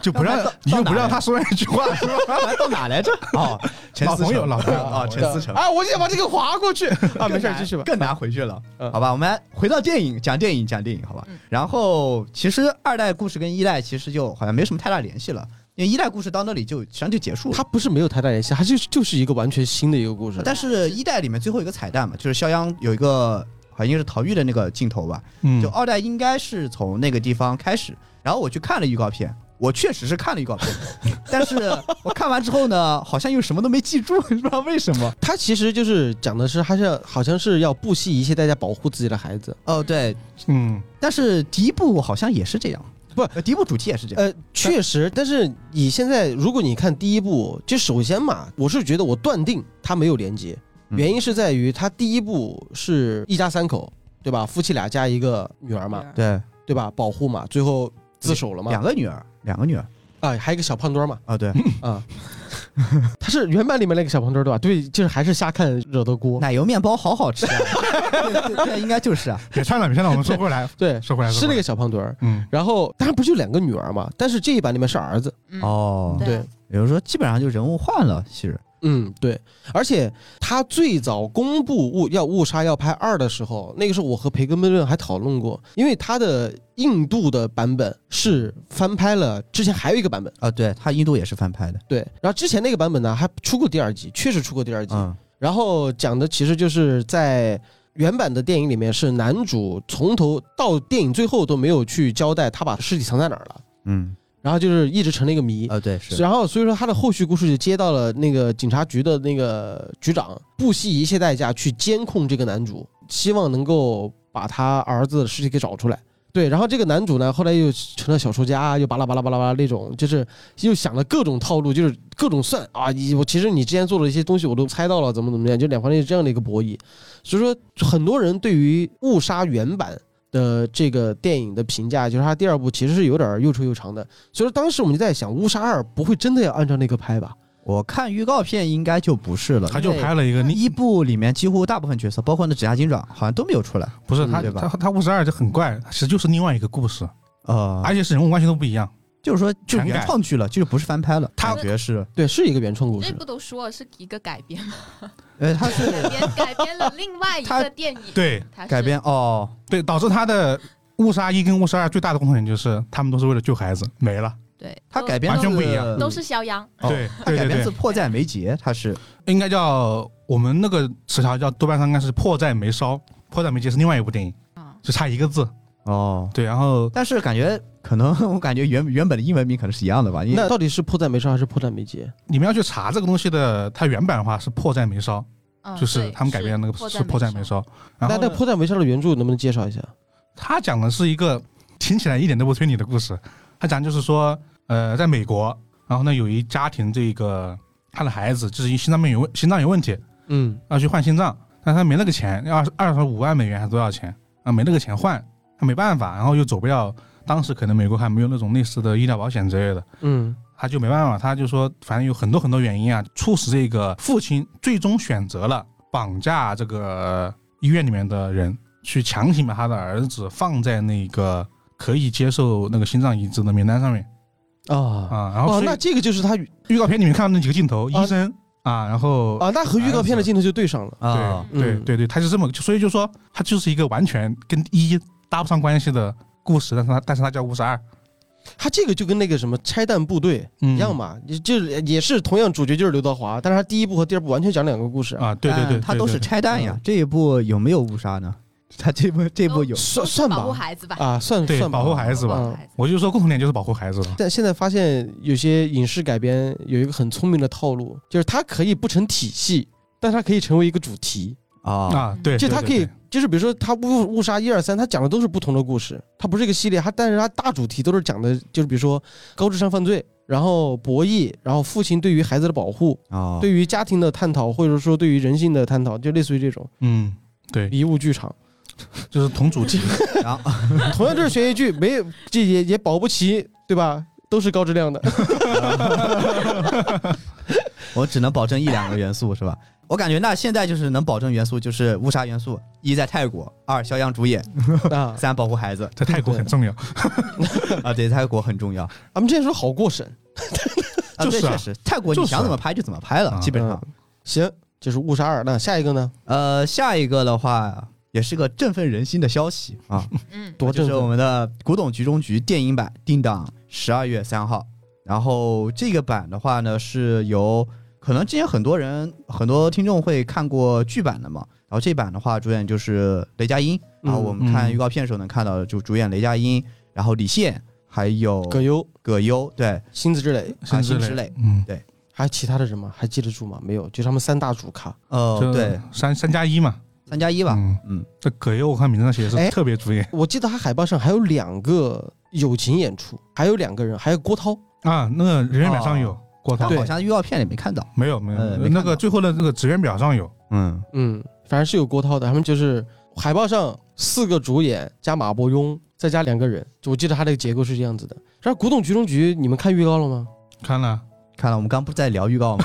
就不让
刚才到
你就
到
不
哪
让
来
他说那 句话是吧？
啊到哪来着？哦，陈
老
思
朋友
诚
老朋友
啊，陈思诚。
啊，我就想把这个划过去啊，没事儿，继续吧。
更难回去了，
嗯
好吧？我们来回到电影，讲电影，讲电影，好吧
嗯？
然后其实二代故事跟一代其实就好像没什么太大联系了，因为一代故事到那里就实际上就结束了。
它不是没有太大联系，它就就是一个完全新的一个故事。
但是一代里面最后一个彩蛋嘛，就是肖央有一个好像应该是逃狱的那个镜头吧，
嗯
就二代应该是从那个地方开始。然后我去看了预告片，我确实是看了预告 片，但是我看完之后呢，好像又什么都没记住，不知道为什么。
它其实就是讲的是，还是好像是要不惜一切代价保护自己的孩子。
哦，对，
嗯，
但是第一部好像也是这样，
不
呃，第一部主题也是这样。
呃，确实，但是你现在如果你看第一部，就首先嘛，我是觉得我断定它没有连接，
嗯
原因是在于它第一部是一家三口，对吧？夫妻俩加一个女儿
啊
嘛，
对，
对吧？保护嘛，最后自首了嘛，
两个女儿，两个女儿
啊，还有一个小胖墩儿嘛，
啊， 对，
啊，他是原版里面那个小胖墩儿对吧？对，就是还是瞎看惹的锅。
奶油面包好好吃啊，对对对，应该就是啊，
别串了，别串了，我们说回 来，
对，
说回来，
是那个小胖墩儿。
嗯，
然后当然不就两个女儿嘛，但是这一版里面是儿子。
嗯，
哦
对
对，
也就是说基本上就人物换了，其实，
嗯，对。而且他最早公布误要误杀要拍二的时候，那个时候我和培根悖论还讨论过，因为他的印度的版本是翻拍了之前还有一个版本，
啊，对他印度也是翻拍的，
对。然后之前那个版本呢还出过第二集，确实出过第二集。
嗯，
然后讲的其实就是在原版的电影里面，是男主从头到电影最后都没有去交代他把尸体藏在哪儿了，
嗯，
然后就是一直成了一个谜。
啊，对，是，
然后所以说他的后续故事就接到了那个警察局的那个局长，不惜一切代价去监控这个男主，希望能够把他儿子的尸体给找出来。对，然后这个男主呢，后来又成了小说家，又巴拉巴拉巴拉巴拉那种，就是又想了各种套路，就是各种算啊，你我其实你之前做的一些东西我都猜到了，怎么怎么样，就两方面这样的一个博弈。所以说，很多人对于误杀原版的这个电影的评价，就是它第二部其实是有点儿又臭又长的。所以说当时我们就在想，《乌沙二》不会真的要按照那个拍吧？
我看预告片应该就不是了，
他就
因为
拍了一个，你
一部里面几乎大部分角色，包括那指甲警长，好像都没有出来，
不是他
对吧
他他五十二就很怪，其实就是另外一个故事，
呃，
而且是人物关系都不一样。
就是说就
全改
原创剧了，就是不是翻拍了，
他
感觉是，
对，是一个原创故
这
事。
不都说了是一个改编吗？
呃，他是
改编改编了另外一
他
个电影，
对
它是
改编哦，
对，导致他的误杀一跟误杀二最大的共同点就是他们都是为了救孩子没了。
对，
他
都
改编
完全
自
不一样
都是肖央，
哦
对
他
对
改
对
编
对
自，迫在眉睫，他是
应该叫我们那个词条叫豆瓣上应该是迫在眉梢，迫在眉睫是另外一部电影
啊，
就差一个字。
哦，
对，然后
但是感觉可能我感觉原原本的英文名可能是一样的吧，因
那
为
到底是迫在眉梢还是迫在眉睫？
你们要去查这个东西的，它原版的话是迫在眉梢，
嗯
哦就是
对
他们改编的那个
迫
是迫在眉梢。然
那
后
那
呢
迫在眉梢的原著能不能介绍一下？
他讲的是一个听起来一点都不推理的故事。他讲就是说，呃，在美国，然后呢有一家庭，这个他的孩子就是因心脏病有问心脏有问题，
嗯，
要去换心脏，但他没那个钱，要二十二十五万美元还是多少钱啊？没那个钱换，他没办法，然后又走不了。当时可能美国还没有那种类似的医疗保险之类的，
嗯，
他就没办法，他就说反正有很多很多原因啊，促使这个父亲最终选择了绑架这个医院里面的人，去强行把他的儿子放在那个可以接受那个心脏移植的名单上面
啊
啊。然后
哦，
所以
那这个就是他
预告片里面看到那几个镜头，
啊
医生啊，然后
啊，那和预告片的镜头就对上了。
啊，
对对
嗯
对对，他是这么，所以就说他就是一个完全跟一搭不上关系的故事，但是他但是他叫五十二，
他这个就跟那个什么拆弹部队
嗯
一样嘛，也就是也是同样主角就是刘德华，但是他第一部和第二部完全讲两个故事，
啊，对对对，嗯
他
对
都是
对
拆弹呀，这一部有没有误杀呢？ 他这部这部有
算
嗯都是
算
保护
吧，
孩子吧，
啊，算
对
算吧
保护孩子
啊
吧。
保护孩子
我就说共同点就是保护孩子了，
但现在发现有些影视改编有一个很聪明的套路，就是它可以不成体系，但它可以成为一个主题。
啊，
啊，对，
就
对
它
对
可以
对，
就是比如说它误误杀一二三，它讲的都是不同的故事，它不是一个系列，它但是它大主题都是讲的，就是比如说高智商犯罪，然后博弈，然后父亲对于孩子的保护，
哦，
啊
对于家庭的探讨，或者说对于人性的探讨，就类似于这种
嗯，对，
迷雾剧场，
就是同 主题，
然后
同样都是悬疑剧，没有这也也保不齐，对吧？都是高 质量的。
我只能保证一两个元素是吧？我感觉那现在就是能保证元素就是误杀元素，一在泰国，二肖央主演，
嗯
啊，
三保护孩子
在泰国很重要。
啊，对，泰国很重要。
咱们之前说好过审，
就
啊，
是
对，
啊
确实，泰国
就
你
是
想
啊
怎么拍就怎么拍了，
啊
基本上。
嗯行，这是误杀二。那下一个呢？
呃，下一个的话也是个振奋人心的消息啊，
嗯，
多
就
振
是我
奋
们的《古董局中局》电影版定档十二月三号。然后这个版的话呢，是由可能之前很多人、很多听众会看过剧版的嘛。然后这版的话，主演就是雷佳音。然后我们看
嗯
预告片的时候能看到的，就主演雷佳音，然后李现，还有
葛优、
葛优，对，
星子之磊，
啊，
甚至
辛芷蕾，
嗯，
还有其他的人吗？还记得住吗？没有，就他们三大主咖。
呃，
这
对，
三三加一嘛，
三加一吧，
嗯
嗯，
这葛优我看名字上写的
哎
是特别主演
我记得他海报上还有两个友情演出，还有两个人，还有郭涛。
啊，那个人员表上有郭涛
但，好像预告片里没看到，
没有没
哦呃
有，
没看
那个
到
最后的那个职员表上有，
嗯，
嗯，反正是有郭涛的。他们就是海报上四个主演加马伯庸，再加两个人。就我记得他这个结构是这样子的。然后《古董局中局》，你们看预告了吗？
看了
看了我们刚不是在聊预告吗？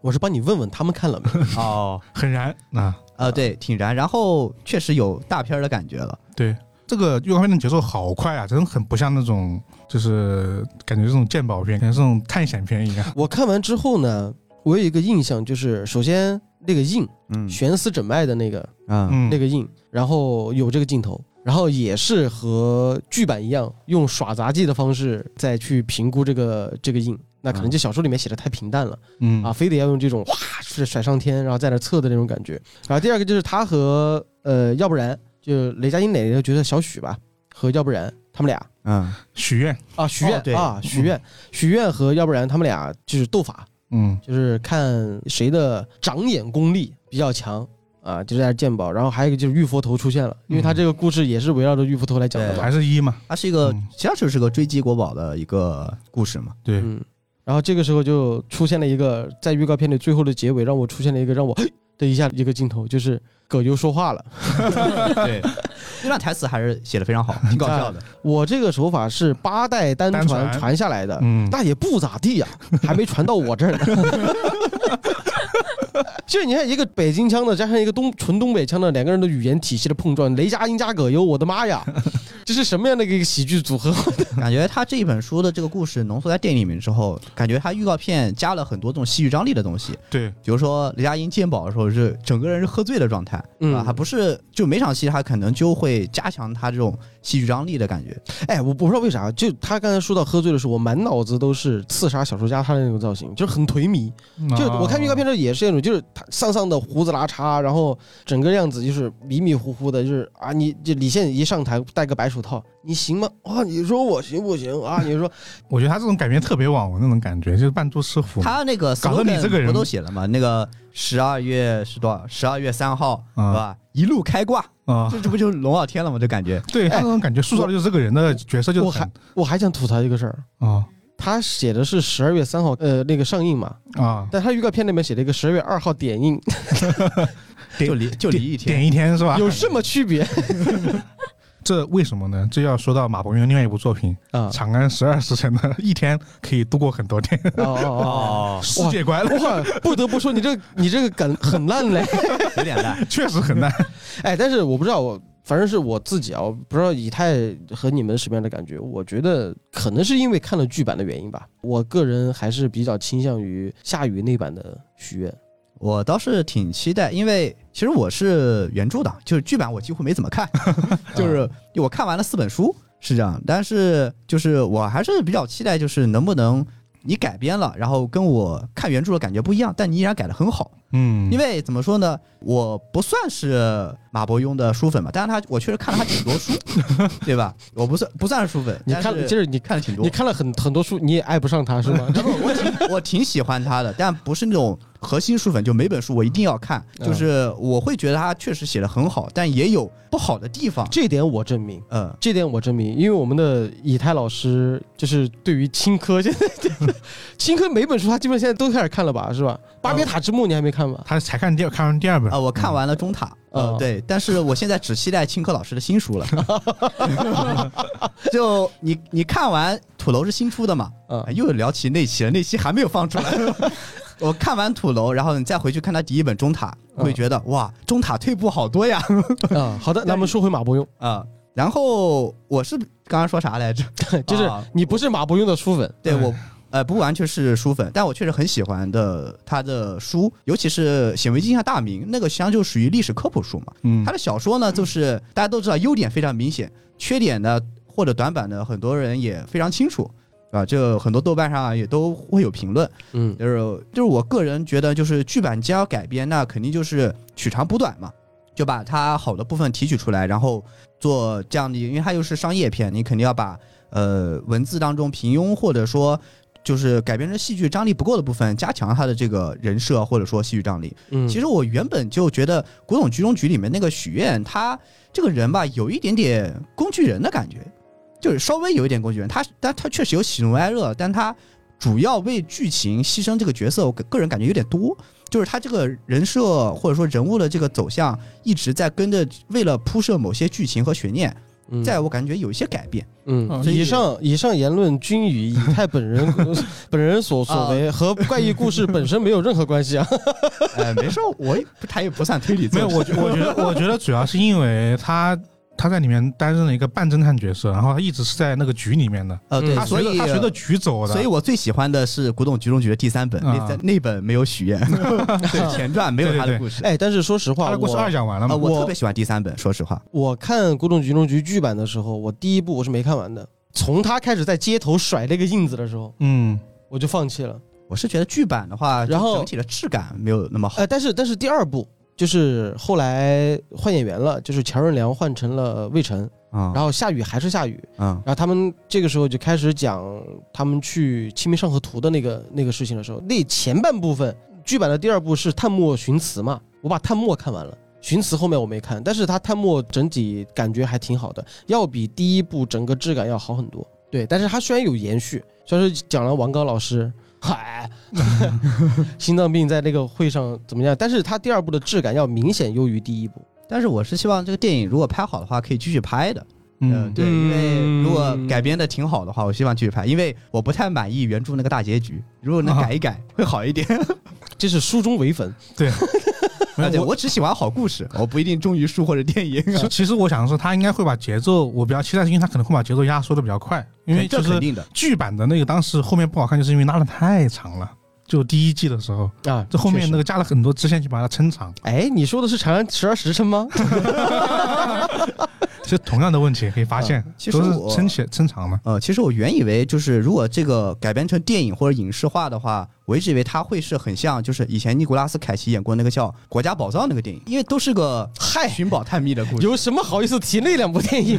我是帮你问问他们看了没。
哦，
很燃啊，
呃，对，挺燃，然后确实有大片儿的感觉了，
对。这个预告片的节奏好快啊，真的很不像那种，就是感觉这种鉴宝片，感觉这种探险片一样。
我看完之后呢，我有一个印象，就是首先那个印
嗯
悬丝诊脉的那个
嗯
嗯，
那个印，然后有这个镜头，然后也是和剧版一样，用耍杂技的方式再去评估这个这个印。那可能就小说里面写的太平淡了
嗯
啊，非得要用这种哗是甩上天，然后在那测的那种感觉。然后第二个就是他和呃，要不然就雷佳音哪个角色小许吧，和要不然他们俩
嗯，
许愿，
啊许
哦
愿、
对
啊许愿许愿和要不然他们俩就是斗法，
嗯，
就是看谁的长眼功力比较强啊，就在那鉴宝。然后还有一个就是玉佛头出现了，因为他这个故事也是围绕着玉佛头来讲的
对
嘛
还。是一嘛，
它是一个
嗯，
其实就是个追击国宝的一个故事嘛，
对，
嗯，然后这个时候就出现了一个在预告片的最后的结尾，让我出现了一个让我 的一下一个镜头，就是葛优说话了。
对， 这段台词还是写的非常好，挺搞笑的，
我这个手法是八代单
单
传
传
传下来的，
嗯，
但也不咋地呀、还没传到我这儿呢。 就是你看，一个北京腔的加上一个东纯东北腔的，两个人的语言体系的碰撞，雷佳音加葛优，我的妈呀， 这是什么样的一个喜剧组合？
感觉他这一本书的这个故事浓缩在电影里面之后，感觉他预告片加了很多这种戏剧张力的东西，
对，
比如说雷佳音鉴宝的时候是整个人是喝醉的状态，
嗯
啊，还不是就每场戏他可能就会加强他这种戏剧张力的感觉，
哎，我不知道为啥，就他刚才说到喝醉的时候，我满脑子都是刺杀小说家他的那种造型，就是很颓靡。就
啊
我看预告片的时候也是那种，就是他丧丧的胡子拉碴，然后整个样子就是迷迷糊糊的，就是啊，你这李现一上台戴个白手套，你行吗？啊，你说我行不行啊？你说
我觉得他这种感觉特别网文那种感觉，就是扮猪吃虎嘛。
他那个
搞得你这个
slogan
人
不都写了吗？那个十二月是多少？十二月三号是
啊
吧？一路开挂，
啊，
这这不就是龙傲天了吗？这感觉
对他这种感觉塑造的就是这个人的角色就
我
很
还我还想吐槽一个事儿，
啊
他写的是十二月三号呃那个上映嘛，
啊，
但他预告片里面写了一个十二月二号点映，
就离就离一天。
点一天是吧？
有什么区别
这为什么呢？这要说到马伯庸另外一部作品
啊？
《长安十二时辰》的一天可以度过很多天，
哦哦哦。
哦，
世界观
哇，不得不说你这你这个 梗很烂嘞，
有点烂。
确实很难。
哎，但是我不知道我。反正是我自己啊，我不知道以太和你们什么样的感觉。我觉得可能是因为看了剧版的原因吧，我个人还是比较倾向于夏雨那版的许愿。
我倒是挺期待，因为其实我是原著党，就是剧版我几乎没怎么看， 就是我看完了四本书是这样，但是就是我还是比较期待，就是能不能你改编了，然后跟我看原著的感觉不一样，但你依然改得很好。
嗯，
因
为
为怎么说呢，我不算是马伯庸的书粉吧，但是他我确实看了他挺多书，对吧？我不算不算是书粉，
你
但
看，
是
就是你
看了挺多
你，看了很很多书，你也爱不上他是吗？
然后 我挺我挺喜欢他的，但不是那种核心书粉，就每本书我一定要看，
嗯
就是我会觉得他确实写的很好，但也有不好的地方。
这点我证明，
嗯，
这点我证明，因为我们的以太老师就是对于青稞现在青稞每本书他基本现在都开始看了吧，是吧？巴别塔之墓你还没看吧？
他才看第二，看完第二本
啊，我看完了《中塔》，
哦
嗯，对，但是我现在只期待青稞老师的新书了。就你你看完《土楼》是新出的嘛？
嗯
哎又聊起那期了，那期还没有放出来， 我看完土楼，然后你再回去看他第一本中塔，
嗯
会觉得、哇，中塔退步好多呀
啊，好的，那我们说回马伯庸，
啊、然后我是刚刚说啥来着？
就是
啊
你不是马伯庸的书粉，
对
哎
我，呃，不完全是书粉，但我确实很喜欢的他的书，尤其是《显微镜下大明》那个，实际上就属于历史科普书嘛。
嗯
他，的小说呢，就是大家都知道优点非常明显，缺点呢或者短板呢，很多人也非常清楚。啊，这很多豆瓣上啊也都会有评论，
嗯
就是就是我个人觉得，就是剧版既要改编，那肯定就是取长补短嘛，就把它好的部分提取出来，然后做这样的，因为它又是商业片，你肯定要把呃文字当中平庸或者说就是改编成戏剧张力不够的部分，加强它的这个人设或者说戏剧张力。
嗯，
其实我原本就觉得《古董局中局》里面那个许愿，他这个人吧，有一点点工具人的感觉，就是稍微有一点工具人。他但他确实有喜怒哀乐，但他主要为剧情牺牲这个角色，我个个人感觉有点多。就是他这个人设或者说人物的这个走向，一直在跟着为了铺设某些剧情和悬念，
嗯
在我感觉有一些改变。
嗯，
嗯
以上以上言论均与以太本 人本人所所为，和怪异故事本身没有任何关系啊。
哎，没事，我也不他也不算推理
没
作
有，
者，
我觉我觉得我觉得主要是因为他他在里面担任了一个半侦探角色，然后他一直是在那个局里面的，
呃对
嗯，
他
所
随着
以
他随着局走的，
所以我最喜欢的是《古董局中局》的第三本，那、
啊
那本没有许 愿，对前传没有他
对
的
对对
故事。
哎，但是说实
他
话，
的故事二
我
讲完了
啊、
嘛，
我特别喜欢第三本，说实话，
我看《古董局中局》剧版的时候，我第一部我是没看完的。从他开始在街头甩那个印子的时候，
嗯，
我就放弃了。
我是觉得剧版的话，
然后
就整体的质感没有那么好。
呃，但是但是第二部就是后来换演员了，就是乔任梁换成了魏晨，
啊、
然后夏雨还是夏雨，
嗯，
然后他们这个时候就开始讲他们去《清明上河图》的那个那个事情的时候，那前半部分剧版的第二部是探墨寻词嘛，我把探墨看完了，寻词后面我没看，但是它探墨整体感觉还挺好的，要比第一部整个质感要好很多。对，但是它虽然有延续，虽然是讲了王刚老师，嗨，心脏病在那个会上怎么样，但是它第二部的质感要明显优于第一部。
但是我是希望这个电影如果拍好的话，可以继续拍的。嗯，
嗯，
对，因为如果
嗯
改编的挺好的话，我希望继续拍，因为我不太满意原著那个大结局，如果能改一改、
啊
会好一点。
这是书中唯粉，
没
而且
有我。
我只喜欢好故事，我不一定忠于书或者电 影。
其其实我想说，他应该会把节奏，我比较期待，是因为他可能会把节奏压缩的比较快，因为
这
就
肯
是
定的，
剧版的那个当时后面不好看，就是因为拉的太长了。就第一季的时候，
啊，
这后
确
面
实
那个加了很多支线去把它撑长，
哎，你说的是《长安十二时辰》吗？
其实同样的问题可以发现，
啊其实
都
我
是撑起撑长嘛。
呃，其实我原以为就是如果这个改编成电影或者影视化的话，我一直以为它会是很像就是以前尼古拉斯凯奇演过那个叫《国家宝藏》那个电影，因为都是个
嗨
寻宝探秘的故事。
有什么好意思提那两部电 影？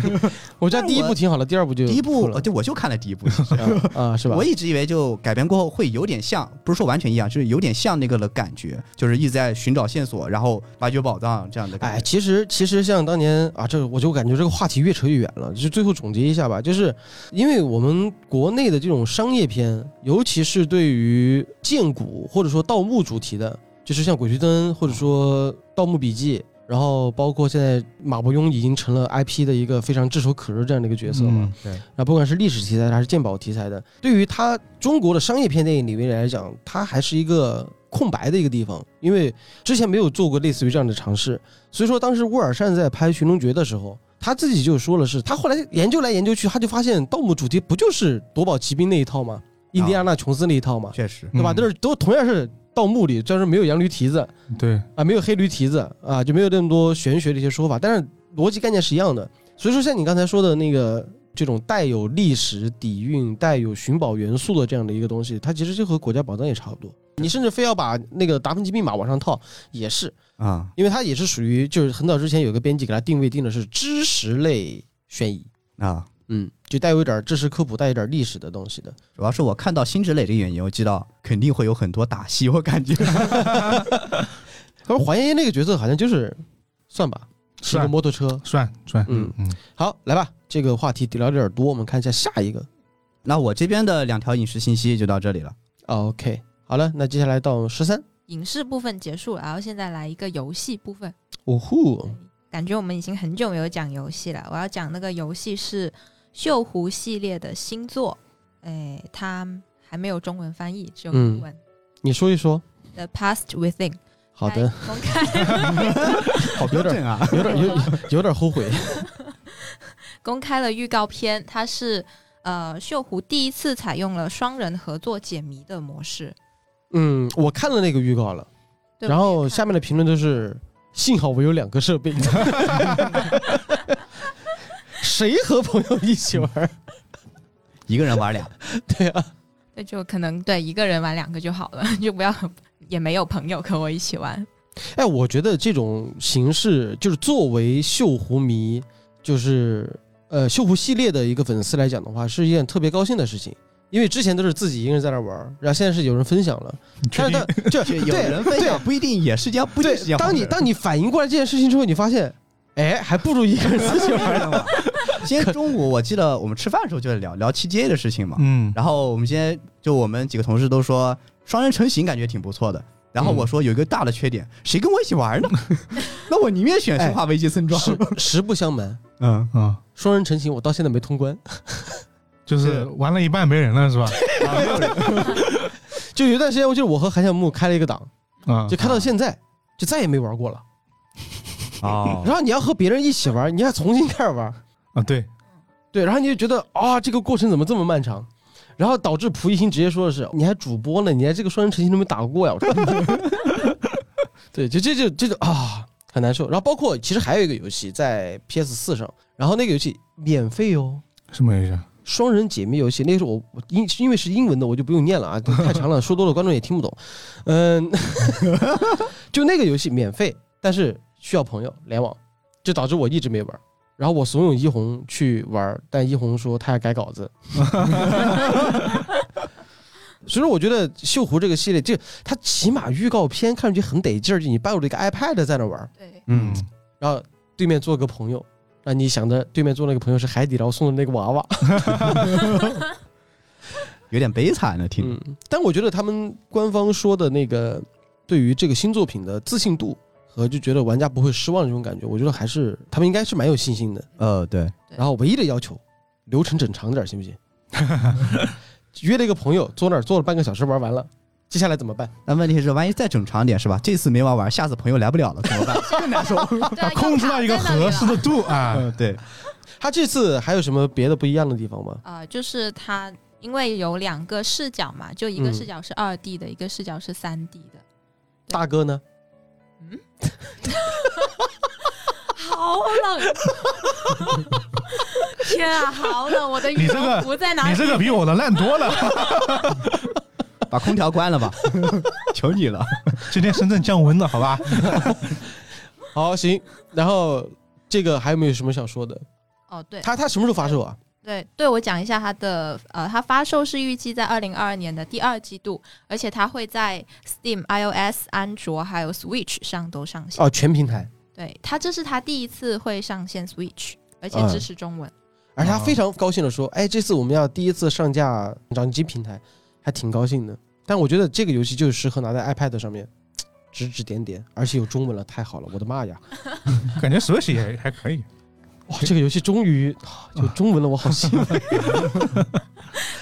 我觉得第一部挺好的，第二部就
第一部
哭了
呃，对，我就看了第 一部，其实
啊，是吧
我？一直以为就改编过后会有点像，不是说完全一样，就是有点像那个的感觉，就是一直在寻找线索，然后挖掘宝藏这样的感
哎，
觉。
其实其实像当年啊，这个我就感觉这个话题越扯越远了。就最后总结一下吧，就是因为我们国内的这种商业片，尤其是对于剑骨或者说盗墓主题的，就是像《鬼吹灯》或者说《盗墓笔记》，然后包括现在马伯庸已经成了 IP 的一个非常炙手可热这样的一个角色嘛。
嗯，
啊，不管是历史题材的还是鉴宝题材的，对于它中国的商业片电影里面来讲，它还是一个空白的一个地方，因为之前没有做过类似于这样的尝试。所以说，当时乌尔善在拍《寻龙诀》的时候，他自己就说了是，他后来研究来研究去，他就发现盗墓主题不就是夺宝奇兵那一套吗？印第安纳琼斯那一套吗？
确实，
对吧？
嗯
都是都同样是盗墓里，虽然说没有羊驴蹄子，
对，
啊，没有黑驴蹄子啊，就没有那么多玄学的一些说法，但是逻辑概念是一样的。所以说，像你刚才说的那个这种带有历史底蕴、带有寻宝元素的这样的一个东西，它其实就和国家宝藏也差不多。你甚至非要把那个达芬奇密码往上套，也是，
啊，
因为它也是属于就是很早之前有个编辑给它定位定的是知识类悬疑，
啊，
嗯，就带有一点儿知识科普，带有一点儿历史的东西的。
主要是我看到辛芷蕾这个演员，我知道肯定会有很多打戏，我感觉。
可是黄妍妍那个角色好像就是，算吧，骑个
算
摩托车。
算算，
嗯
嗯，
好，来吧，这个话题聊得有点多，我们看一下下一个。
那我这边的两条影视信息就到这里了。
OK，好了，那接下来到十三。
影视部分结束了，然后现在来一个游戏部分。
哦呼，
感觉我们已经很久没有讲游戏了。我要讲那个游戏是《锈湖》系列的新作，哎，它还没有中文翻译，只有
嗯
英文。
你说一说。
The Past Within。
嗯好的，
来，公开
好标准啊！
有点有有点后 悔。
公开了预告片，它是呃锈湖第一次采用了双人合作解谜的模式。
嗯，我看了那个预告了，
对
然
我
后
也看
下面的评论都是：幸好我有两个设备，谁和朋友一起玩儿？
一个人玩俩，
对啊，
那就可能对一个人玩两个就好了， 就不要也没有朋友和我一起玩。
哎，我觉得这种形式，就是作为锈湖迷，就是呃锈湖系列的一个粉丝来讲的话，是一件特别高兴的事情。因为之前都是自己一个人在那玩儿，然后现在是有人分享了，
你确
但是
定
他就
就
对
有人分
对
享不一定也是件不一定
对
是件好
当你
事
当你反应过来这件事情之后，你发现，哎，还不如一个人自己玩呢。
今天中午我记得我们吃饭的时候就在聊聊 TGA 的事情嘛，
嗯，
然后我们今天就我们几个同事都说双人成型感觉挺不错的。然后
嗯
我说有一个大的缺点，谁跟我一起玩 呢？那我宁愿选
哎
《生化危机：村庄》 啊
实 实不相瞒，
嗯，
啊，
双人成行我到现在没通关，
就是
是
玩了一半没人 了是吧？
就有一段时间，我就是我和韩小木开了一个档，
啊，
就开到现在，就再也没玩过了。
哦，
然后你要和别人一起玩，你还重新开始玩，
啊，对，
对，然后你就觉得啊，这个过程怎么这么漫长？然后导致蒲一星直接说的是，你还主播呢，你还这个双人成行都没打过呀！我说 对，就这就这就啊，很难受。然后包括其实还有一个游戏在 PS 四上，然后那个游戏免费哦，
什么游戏啊？
双人解密游戏，那个是我我因因为是英文的，我就不用念了啊，太长了，说多了观众也听不懂。嗯， 就那个游戏免费，但是需要朋友联网，就导致我一直没玩。然后我怂恿一红去玩，但一红说他要改稿子。所以说，我觉得《锈湖》这个系列，就它起码预告片看上去很得劲儿，就你抱着一个 iPad 在那玩，
对，
嗯，
然后对面坐个朋友，那你想着对面坐那个朋友是海底捞送的那个娃娃，
有点悲惨的听着。
嗯，但我觉得他们官方说的那个对于这个新作品的自信度和就觉得玩家不会失望这种感觉，我觉得还是他们应该是蛮有信心的。
呃，对，
对
然后唯一的要求，流程整长点儿，行不行？约了一个朋友坐那儿坐了半个小时，玩完了，接下来怎么办？
那问题是，万一再整长点是吧？这次没玩完，下次朋友来不了了 怎么办？更难受。
对啊
控制到一个合适。的度啊，
嗯，对，
他这次还有什么别的不一样的地方吗？
啊、呃就是它因为有两个视角嘛，就一个
嗯
视角是二 D 的，一个视角是三 D 的。
大哥呢？
好冷！天啊，好冷！我的
你
羽
这个
绒服在哪
你
里？
这个比我的烂 多了。
把空调关 了吧，求你了。
今天深圳降温了，好吧？
好，行。然后这个还有没有什么想说的？
哦，对
他他什么时候发售啊？
对对，我讲一下它的呃，它发售是预计在二零二二年的第二季度，而且它会在 Steam、iOS、安卓还有 Switch 上都上线。
哦，全平台。
对，它这是它第一次会上线 Switch，而且
嗯
支持中文。
而他非常高兴的说：“哎，这次我们要第一次上架掌机平台，还挺高兴的。但我觉得这个游戏就适合拿在 iPad 上面指指点点，而且有中文了，太好了！我的妈呀，
感觉蛇血也还可以，
哇，这个游戏终于啊有中文了，我好兴 奋！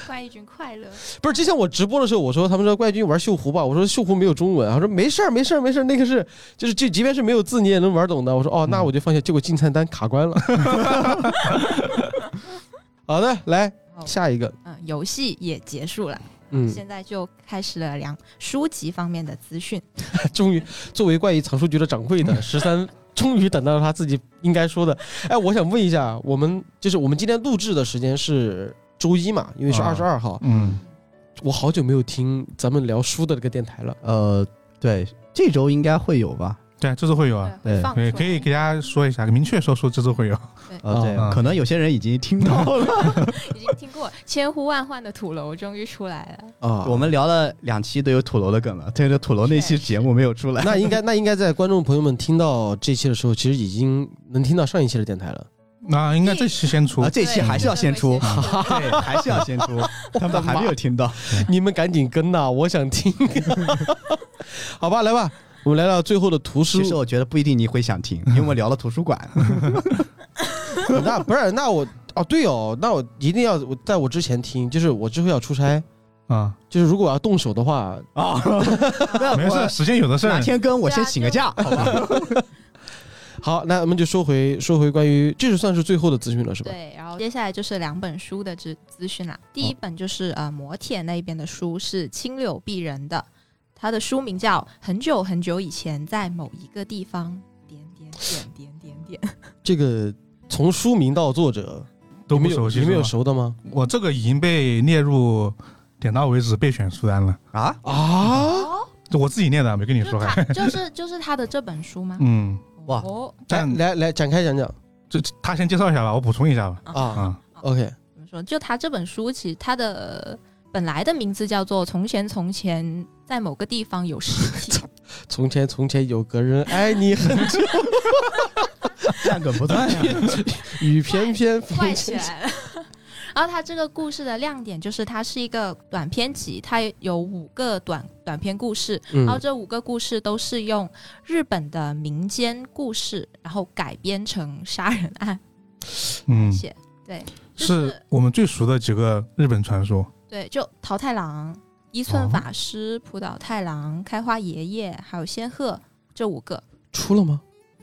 怪异君快乐，
不是之前我直播的时候，我说他们说冠军玩锈湖吧，我说锈湖没有中文，啊他说没事儿没事儿没事儿，那个是就是就即便是没有字你也能玩懂的。我说哦，那我就放心。结果进菜单卡关了。 好的，来
哦
下一个，
嗯，游戏也结束了，
嗯，
现在就开始了两书籍方面的资讯。
终于作为怪异藏书局的掌柜的十三，终于等到了他自己应该说的。哎，我想问一下，我们就是我们今天录制的时间是周一嘛？因为是
啊
二十二号。
嗯，
我好久没有听咱们聊书的这个电台了。
呃，对，这周应该会有吧？
对，这次会有啊，
对，会
对
放
对，
出
可以
来
给大家说一下，明确说出这次会 有，
呃，对
哦，
可能有些人已经听到了。
已经听过千呼万唤的土楼终于出来了。
啊
我们聊了两期都有土楼的梗了，但是土楼那期节目没有出来。
那应该那应该在观众朋友们听到这期的时候，其实已经能听到上一期的电台了。
那应该这期先出
啊，，这期还是要先出，
对对对
对， 还是要先出，他们还没有听到。
你们赶紧跟呐、我想听。好吧，来吧，我们来到最后的图书
其实我觉得不一定你会想听，因为我们聊了图书馆。
那不是，那我哦，对哦，那我一定要我在我之前听，就是我之后要出差，
啊，
就是如果要动手的话，
啊，
没事，时间有的是。
哪天跟我
对啊
先请个假，好吧？
好，那我们就说回说回关于，这就算是最后的资讯了， 是吧？
对，然后接下来就是两本书的资资讯啦。第一本就是呃磨铁那边的书，是青柳鄙人的，他的书名叫《很久很久以前在某一个地方》，点点点点点点。
这个从书名到作者
都
你
不
们有
熟悉
你们有
是吧
熟的吗？
我这个已经被列入点到为止备选书单了，
啊，
啊，
哦，
就我自己念的，没跟你
就是
说还。
他，就是就是他的这本书吗？
嗯，
哇
哦，
来
但
来来，展开讲讲
这这他先介绍一下吧，我补充一下吧。
啊。
啊，
OK，
怎么说？就他这本书，其实他的本来的名字叫做《从前从前在某个地方有尸体》。
从前从前有个人爱你很久，
站梗不错，
雨翩翩
怪
风
起
轻轻。
来了。然后它这个故事的亮点就是它是一个短篇集，它有五个短短篇故事，然后
嗯，
这五个故事都是用日本的民间故事，然后改编成杀人案
嗯，
写。对
是我们最熟的几个日本传说。
对，就桃太郎、一寸法师、浦岛太郎、开花爷爷，还有仙鹤这五个，
出了吗？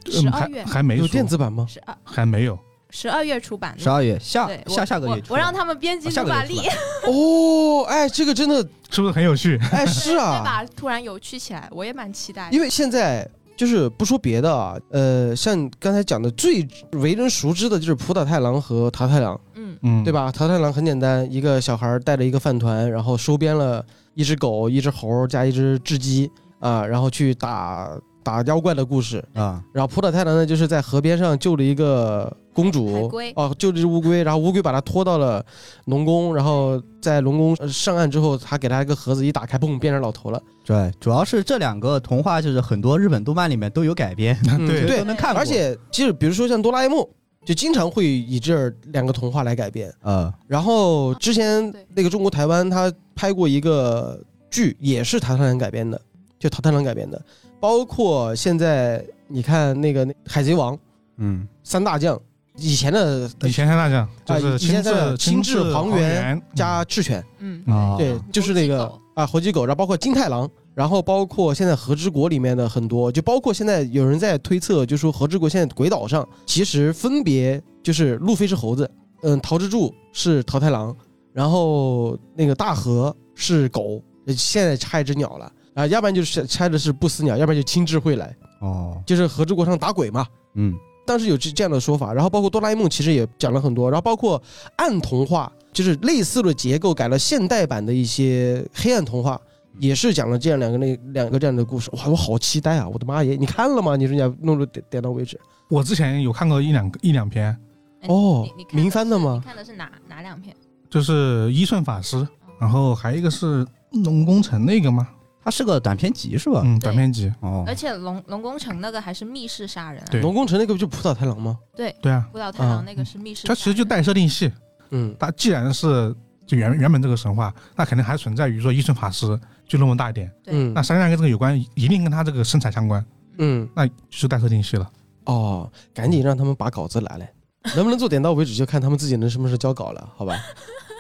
嗯，
十二
还
月
还没
有
说
电子版吗？
十二
还没有。
十二月出版的。
十二月下
对，我
下下个月
我
出
我
来，
让他们编辑
啊下
努
个月
把
出
力，
来
哦，哎，这个真的，
是不是很有趣？
哎，是
对
啊，
吧？突然有趣起来，我也蛮期待的。
因为现在。就是不说别的啊，呃，像刚才讲的最为人熟知的就是浦岛太郎和桃太郎，
嗯，
嗯，
对？吧？桃太郎很简单，一个小孩带着一个饭团，然后收编了一只狗、一只猴加一只雉鸡啊，然后去打打妖怪的故事。
啊，
然后普岛太郎呢，就是在河边上救了一个公
海
主，
龟
哦，救了一只乌龟，然后乌龟把它拖到了龙宫，然后在龙宫呃上岸之后，他给他一个盒子，一打开，砰，变成老头 了。
对，主要是这两个童话就是很多日本动漫里面都有改编，
嗯
对
对
都，能看过，
而且其实比如说像哆啦 A 梦，就经常会以这两个童话来改编。
呃，
然后之前
对
那个中国台湾他拍过一个剧，也是桃太郎改编的，就桃太郎改编的，包括现在你看那个《海贼王》
嗯，
三大将。以前的
嗯以前三大将就
啊
是
以前
青
三大
雉、
青雉
雉、
黄
黄
猿
猿
加赤犬，
嗯
啊
对，就是那
猴
个
急狗
啊，猴急狗，然后包括金太郎，然后包括现在和之国里面的很多，就包括现在有人在推测，就说和之国现在鬼岛上其实分别就是路飞是猴子，嗯，桃之助是桃太郎，然后那个大和是狗，呃现在差一只鸟了。啊，要不然就是差的是不死鸟，要不然就青雉会来，
哦，
就是和之国上打鬼嘛。
嗯，
当时有这这样的说法，然后包括哆啦 A 梦其实也讲了很多，然后包括暗童话，就是类似的结构改了现代版的一些黑暗童话，也是讲了这样两个那两个这样的故事。哇，我好期待啊！我的妈耶，你看了吗？你说你要弄到点点到为止。
我之前有看过一两个一两篇，
哎
哦
你你看
明翻的吗
是你看的是哪哪两篇？
就是一顺法师，然后还有一个是龙宫城那个吗？
它是个短篇集是吧？
嗯，
对
短篇集。
哦
而，且龙龙宫城那个还是密室杀人、啊，
对
龙宫城那个不就浦岛太郎吗？
对啊，
浦岛太郎那个是密室杀人，
它嗯其实就带设定系。
嗯，
它既然是就原原本这个神话，那肯定还存在于说一顺法师就那么大一点。
对
嗯
那山羊跟这个有关，一定跟他这个生产相关，
嗯，
那就是带设定 系了。
哦，赶紧让他们把稿子拿来，能不能做点到为止，就看他们自己能什么时候交稿了，好吧？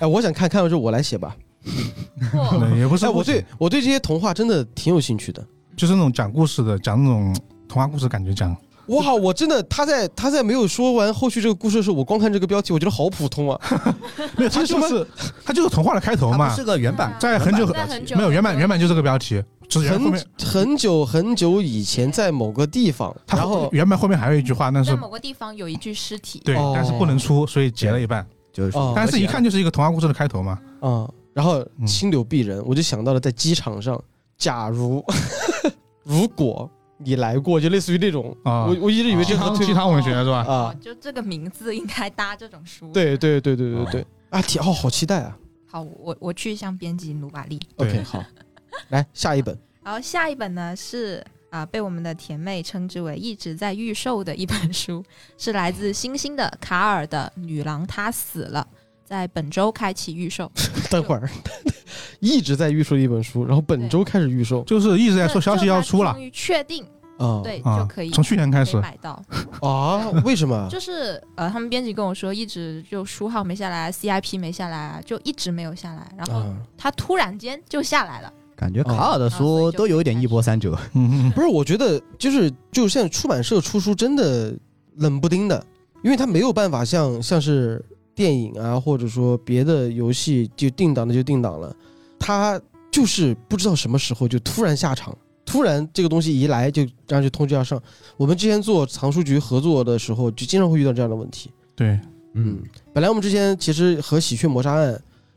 哎，我想看看完之后我来写吧。
哇
对也不是
哎，
不
我
行
对我对这些童话真的挺有兴趣的。
就是那种讲故事的，讲那种童话故事，感 觉讲
哇，我真的，他在他在没有说完后续这个故事的时候，我光看这个标题，我觉得好普通啊。
没有，它
这
就是它就是童话的开头
它
嘛
不，是个原版，
在
原版
很久
的
在
标
很
题
久
没有原版原版就这个标题，只是原后
很
面
很久很久以前，在某个地方，
它
然后
原版后面还有一句话，但
在
是
某个地方有一具尸体，
对
哦，
但是不能出，所以截了一半，
就是
哦
说，
但是一看就是一个童话故事的开头嘛，
嗯，然后
嗯
青柳鄙人，我就想到了在机场上，假如 如果你来过，就类似于这种，
啊
我我一直以为这
鸡
是
汤
推
鸡汤文学是吧？
啊，
哦就这个名字应该搭这种书。，
对对对对对对啊，挺好，好期待啊。
好，我我去向编辑努把力。
对
OK，好，来下一本，
然后下一本呢是啊、被我们的甜妹称之为一直在预售的一本书，是来自星星的卡尔的《女郎她死了》，在本周开启 预售。
等会儿 一直在预售一本书，然后本周开始预售，
啊就是一直在说消息要出
这
了
终，于确定
啊
对，
啊
就可以
从去年开
可以
始，
买到。
啊，为什么？
就是呃，他们编辑跟我说，一直就书号没下来，CIP 啊没下来，啊就一直没有下来，然后
啊，
它突然间就下来了。
感觉卡尔的书都有一点一波三折。
嗯，嗯
不是，我觉得就是就现在出版社出书真的冷不丁的，因为他没有办法像像是电影啊，或者说别的游戏就定档的就定档了，他就是不知道什么时候就突然下场，突然这个东西一来就然后就通知要上。我们之前做藏书局合作的时候，就经常会遇到这样的问题。
对，
嗯，本来我们之前其实和《喜鹊谋杀案》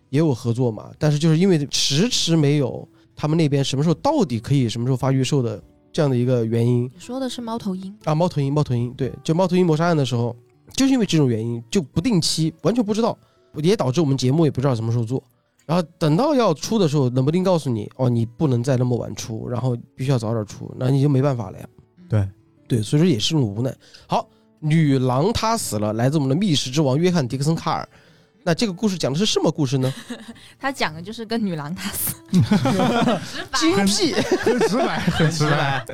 也有合作嘛，但是就是因为迟迟没有他们那边什么时候到底可以什么时候发预售的这样的一个原因
你说的是猫头鹰，
啊，猫头鹰，猫头鹰，对，就猫头鹰谋杀案的时候，就是因为这种原因就不定期，完全不知道，也导致我们节目也不知道什么时候做。然后等到要出的时候，冷不丁告诉你，哦，你不能再那么晚出，然后必须要早点出，那你就没办法了呀。
对
对，所以说也是一种无奈。好，女郎她死了，来自我们的密室之王约翰·迪克森·卡尔。那这个故事讲的是什么故事 呢？
它讲的就是跟女郎打死， 直
精
白
辟，
很直白，很直白，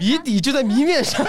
谜底就在谜面 上。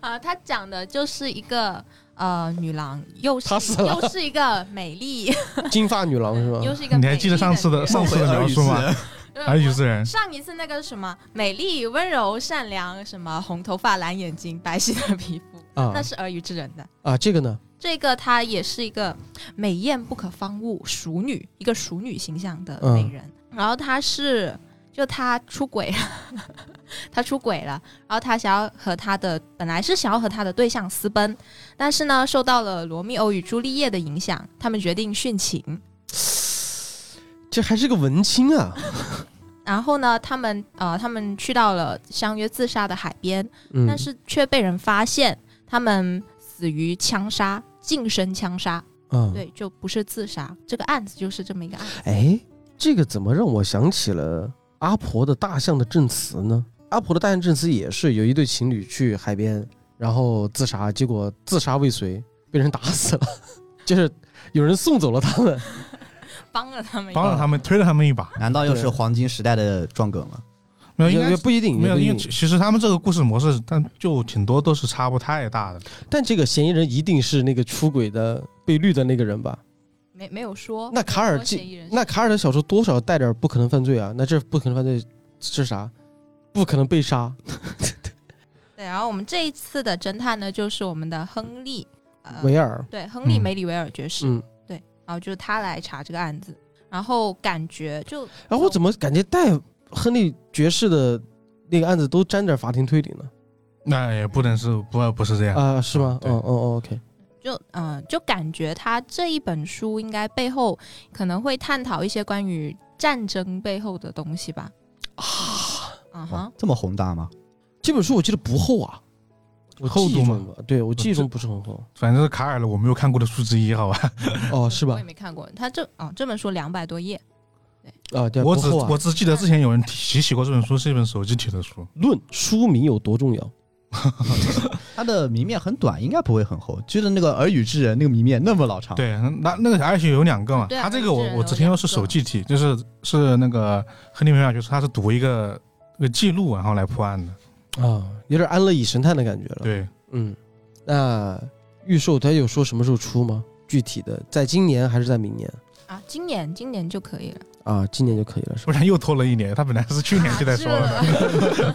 啊，它讲的就是一个呃女郎，又是
她死了
又是一个美丽，
金发女郎是吗？
又是一个
你
美
还
丽
记得上次的
女人
上哎次的描述吗？
对
而语之人，
上一次那个什么美丽、温柔、善良，什么红头发、蓝眼睛、白皙的皮肤，
啊
那是耳语之人的。
啊，这个呢？
这个她也是一个美艳不可方物熟女，一个熟女形象的
嗯
美人。然后她是，就她出轨了， 她出轨了，然后她想要和她的本来是想要和她的对象私奔，但是呢，受到了《罗密欧与朱丽叶》的影响，他们决定殉情。
这还是个文青啊。
然后呢，他们呃，他们去到了相约自杀的海边，
嗯，
但是却被人发现他们死于枪杀，近身枪杀，
嗯
啊，
对，就不是自杀。这个案子就是这么一个案子。
哎，这个怎么让我想起了阿婆的《大象的证词》呢？阿婆的《大象证词》也是有一对情侣去海边，然后自杀，结果自杀未遂，被人打死了， 就是有人送走了他们。
帮了他们一把，
帮了他们，推了他们一把。
难道又是黄金时代的撞梗吗？
没有， 应
也
该
也不一定，
没有，
也
因
不
为
一定。
其其实他们这个故事模式，但就挺多都是差不太大的。
但这个嫌疑人一定是那个出轨的被绿的那个人吧？
没没有说。
那卡尔
没有
这
说嫌疑人是
那卡尔的小说多少带点不可能犯罪啊？那这不可能犯罪是啥？不可能被杀。
对，然后我们这一次的侦探呢，就是我们的亨利，呃，
维尔，
对，亨利·
嗯
梅里维尔爵士，
嗯，
然后就是他来查这个案子，然后感觉就
然哎后我怎么感觉带亨利爵士的那个案子都沾点法庭推理呢？
那也不能是不不是这样，
啊，是吗？
对
哦哦哦，OK，
就嗯、呃就感觉他这一本书应该背后可能会探讨一些关于战争背后的东西吧。啊，啊
哦
哈，
这么宏大吗？
这本书我记得不厚啊，我
厚
记忆
度
中
吗？
吧，对我记忆中不是很厚。
反正是卡尔的我没有看过的书之一，好吧？
哦，是
我
吧
也？没看过，他这哦这本书两百多页，
啊，对啊，
我
不
只
厚啊
我只记得之前有人提起过这本书是一本手机体的书，
论书名有多重要。
它的谜面很短，应该不会很厚。就是那个耳语之人那个谜面那么老长，，
对，那那个而且有两个嘛，
对啊
他这
而
个
且
我
有
我只听说是
两个
手记体，就是是那个亨利梅尔爵士，他是读一个一个记录然后来破案的，
啊，有点安乐椅神探的感觉了。
对，
嗯，那预售它有说什么时候出吗？具体的，在今年还是在明年？
啊，今年今年就可以了。
啊，今年就可以了，是吧？
不然又拖了一年，他本来是去年就在说的，
啊 是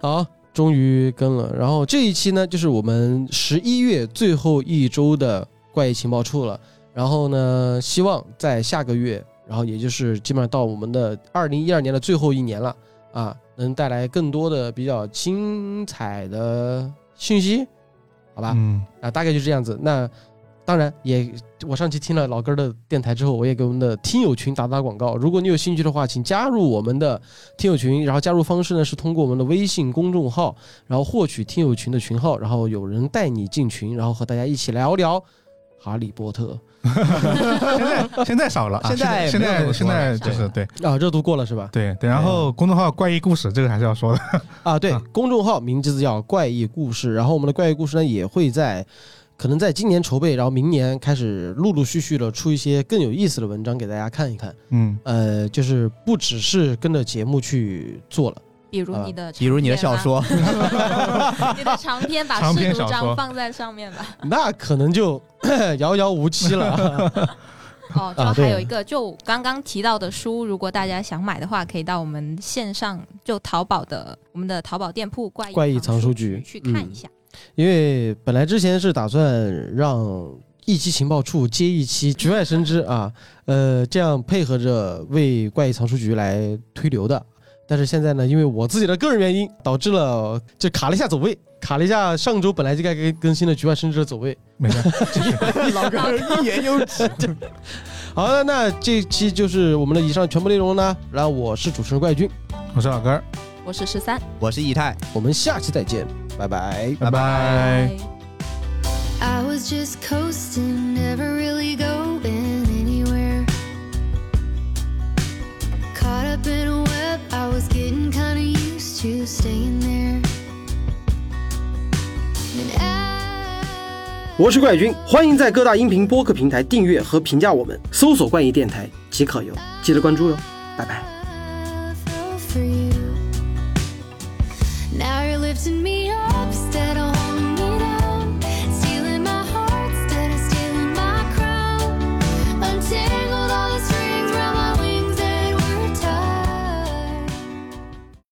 好，终于更了。然后这一期呢，就是我们十一月最后一周的怪异情报处了。然后呢，希望在下个月，然后也就是基本上到我们的二零一二年的最后一年了啊，能带来更多的比较精彩的信息，好吧？
嗯，
啊，大概就这样子。那当然也，我上期听了老根儿的电台之后，我也给我们的听友群打打广告。如果你有兴趣的话，请加入我们的听友群。然后加入方式呢是通过我们的微信公众号，然后获取听友群的群号，然后有人带你进群，然后和大家一起聊聊。哈利波特
现在现在少了啊，
现
现
在
现
没有那
在
么
现
多
在
了
就是对
啊，热度过了是吧？
对对，然后公众号怪异故事这个还是要说的，
啊，对
嗯，
公众号名字叫怪异故事，然后我们的怪异故事呢也会在，可能在今年筹备，然后明年开始陆陆续续的出一些更有意思的文章给大家看一看。
嗯，
呃，就是不只是跟着节目去做了，
比如
呃
你的，
比如你的小，说，
你的长篇 把
长篇
试读
小
章
说
放在上面吧。
那可能就 遥遥无期了。
哦，就
啊
还
对
有一个，就刚刚提到的书，如果大家想买的话，可以到我们线上就淘宝的我们的淘宝店铺怪
怪异
异
藏
书
书局
去
嗯
看一下。
因为本来之前是打算让一期情报处接一期局外生枝啊，呃，这样配合着为怪异藏书局来推流的。但是现在呢，因为我自己的个人原因，导致了就卡了一下走位，卡了一下上周本来就该更更新的局外生枝的走位。
没事，嗯
老高一言又止。
好的，那这期就是我们的以上全部内容呢。然后我是主持人怪君，
我是老根儿，
我是十三，
我是以太，
我们下期再见，拜拜。
拜拜。
I was just coasting, never really going anywhere. Caught up in a web, I was getting kinda used to staying there. And I-
我是怪君，欢迎在各大音频播客平台订阅和评价我们，搜索“怪异电台”即可哟，记得关注哟，拜拜。
I fell for you. Now you're lifting me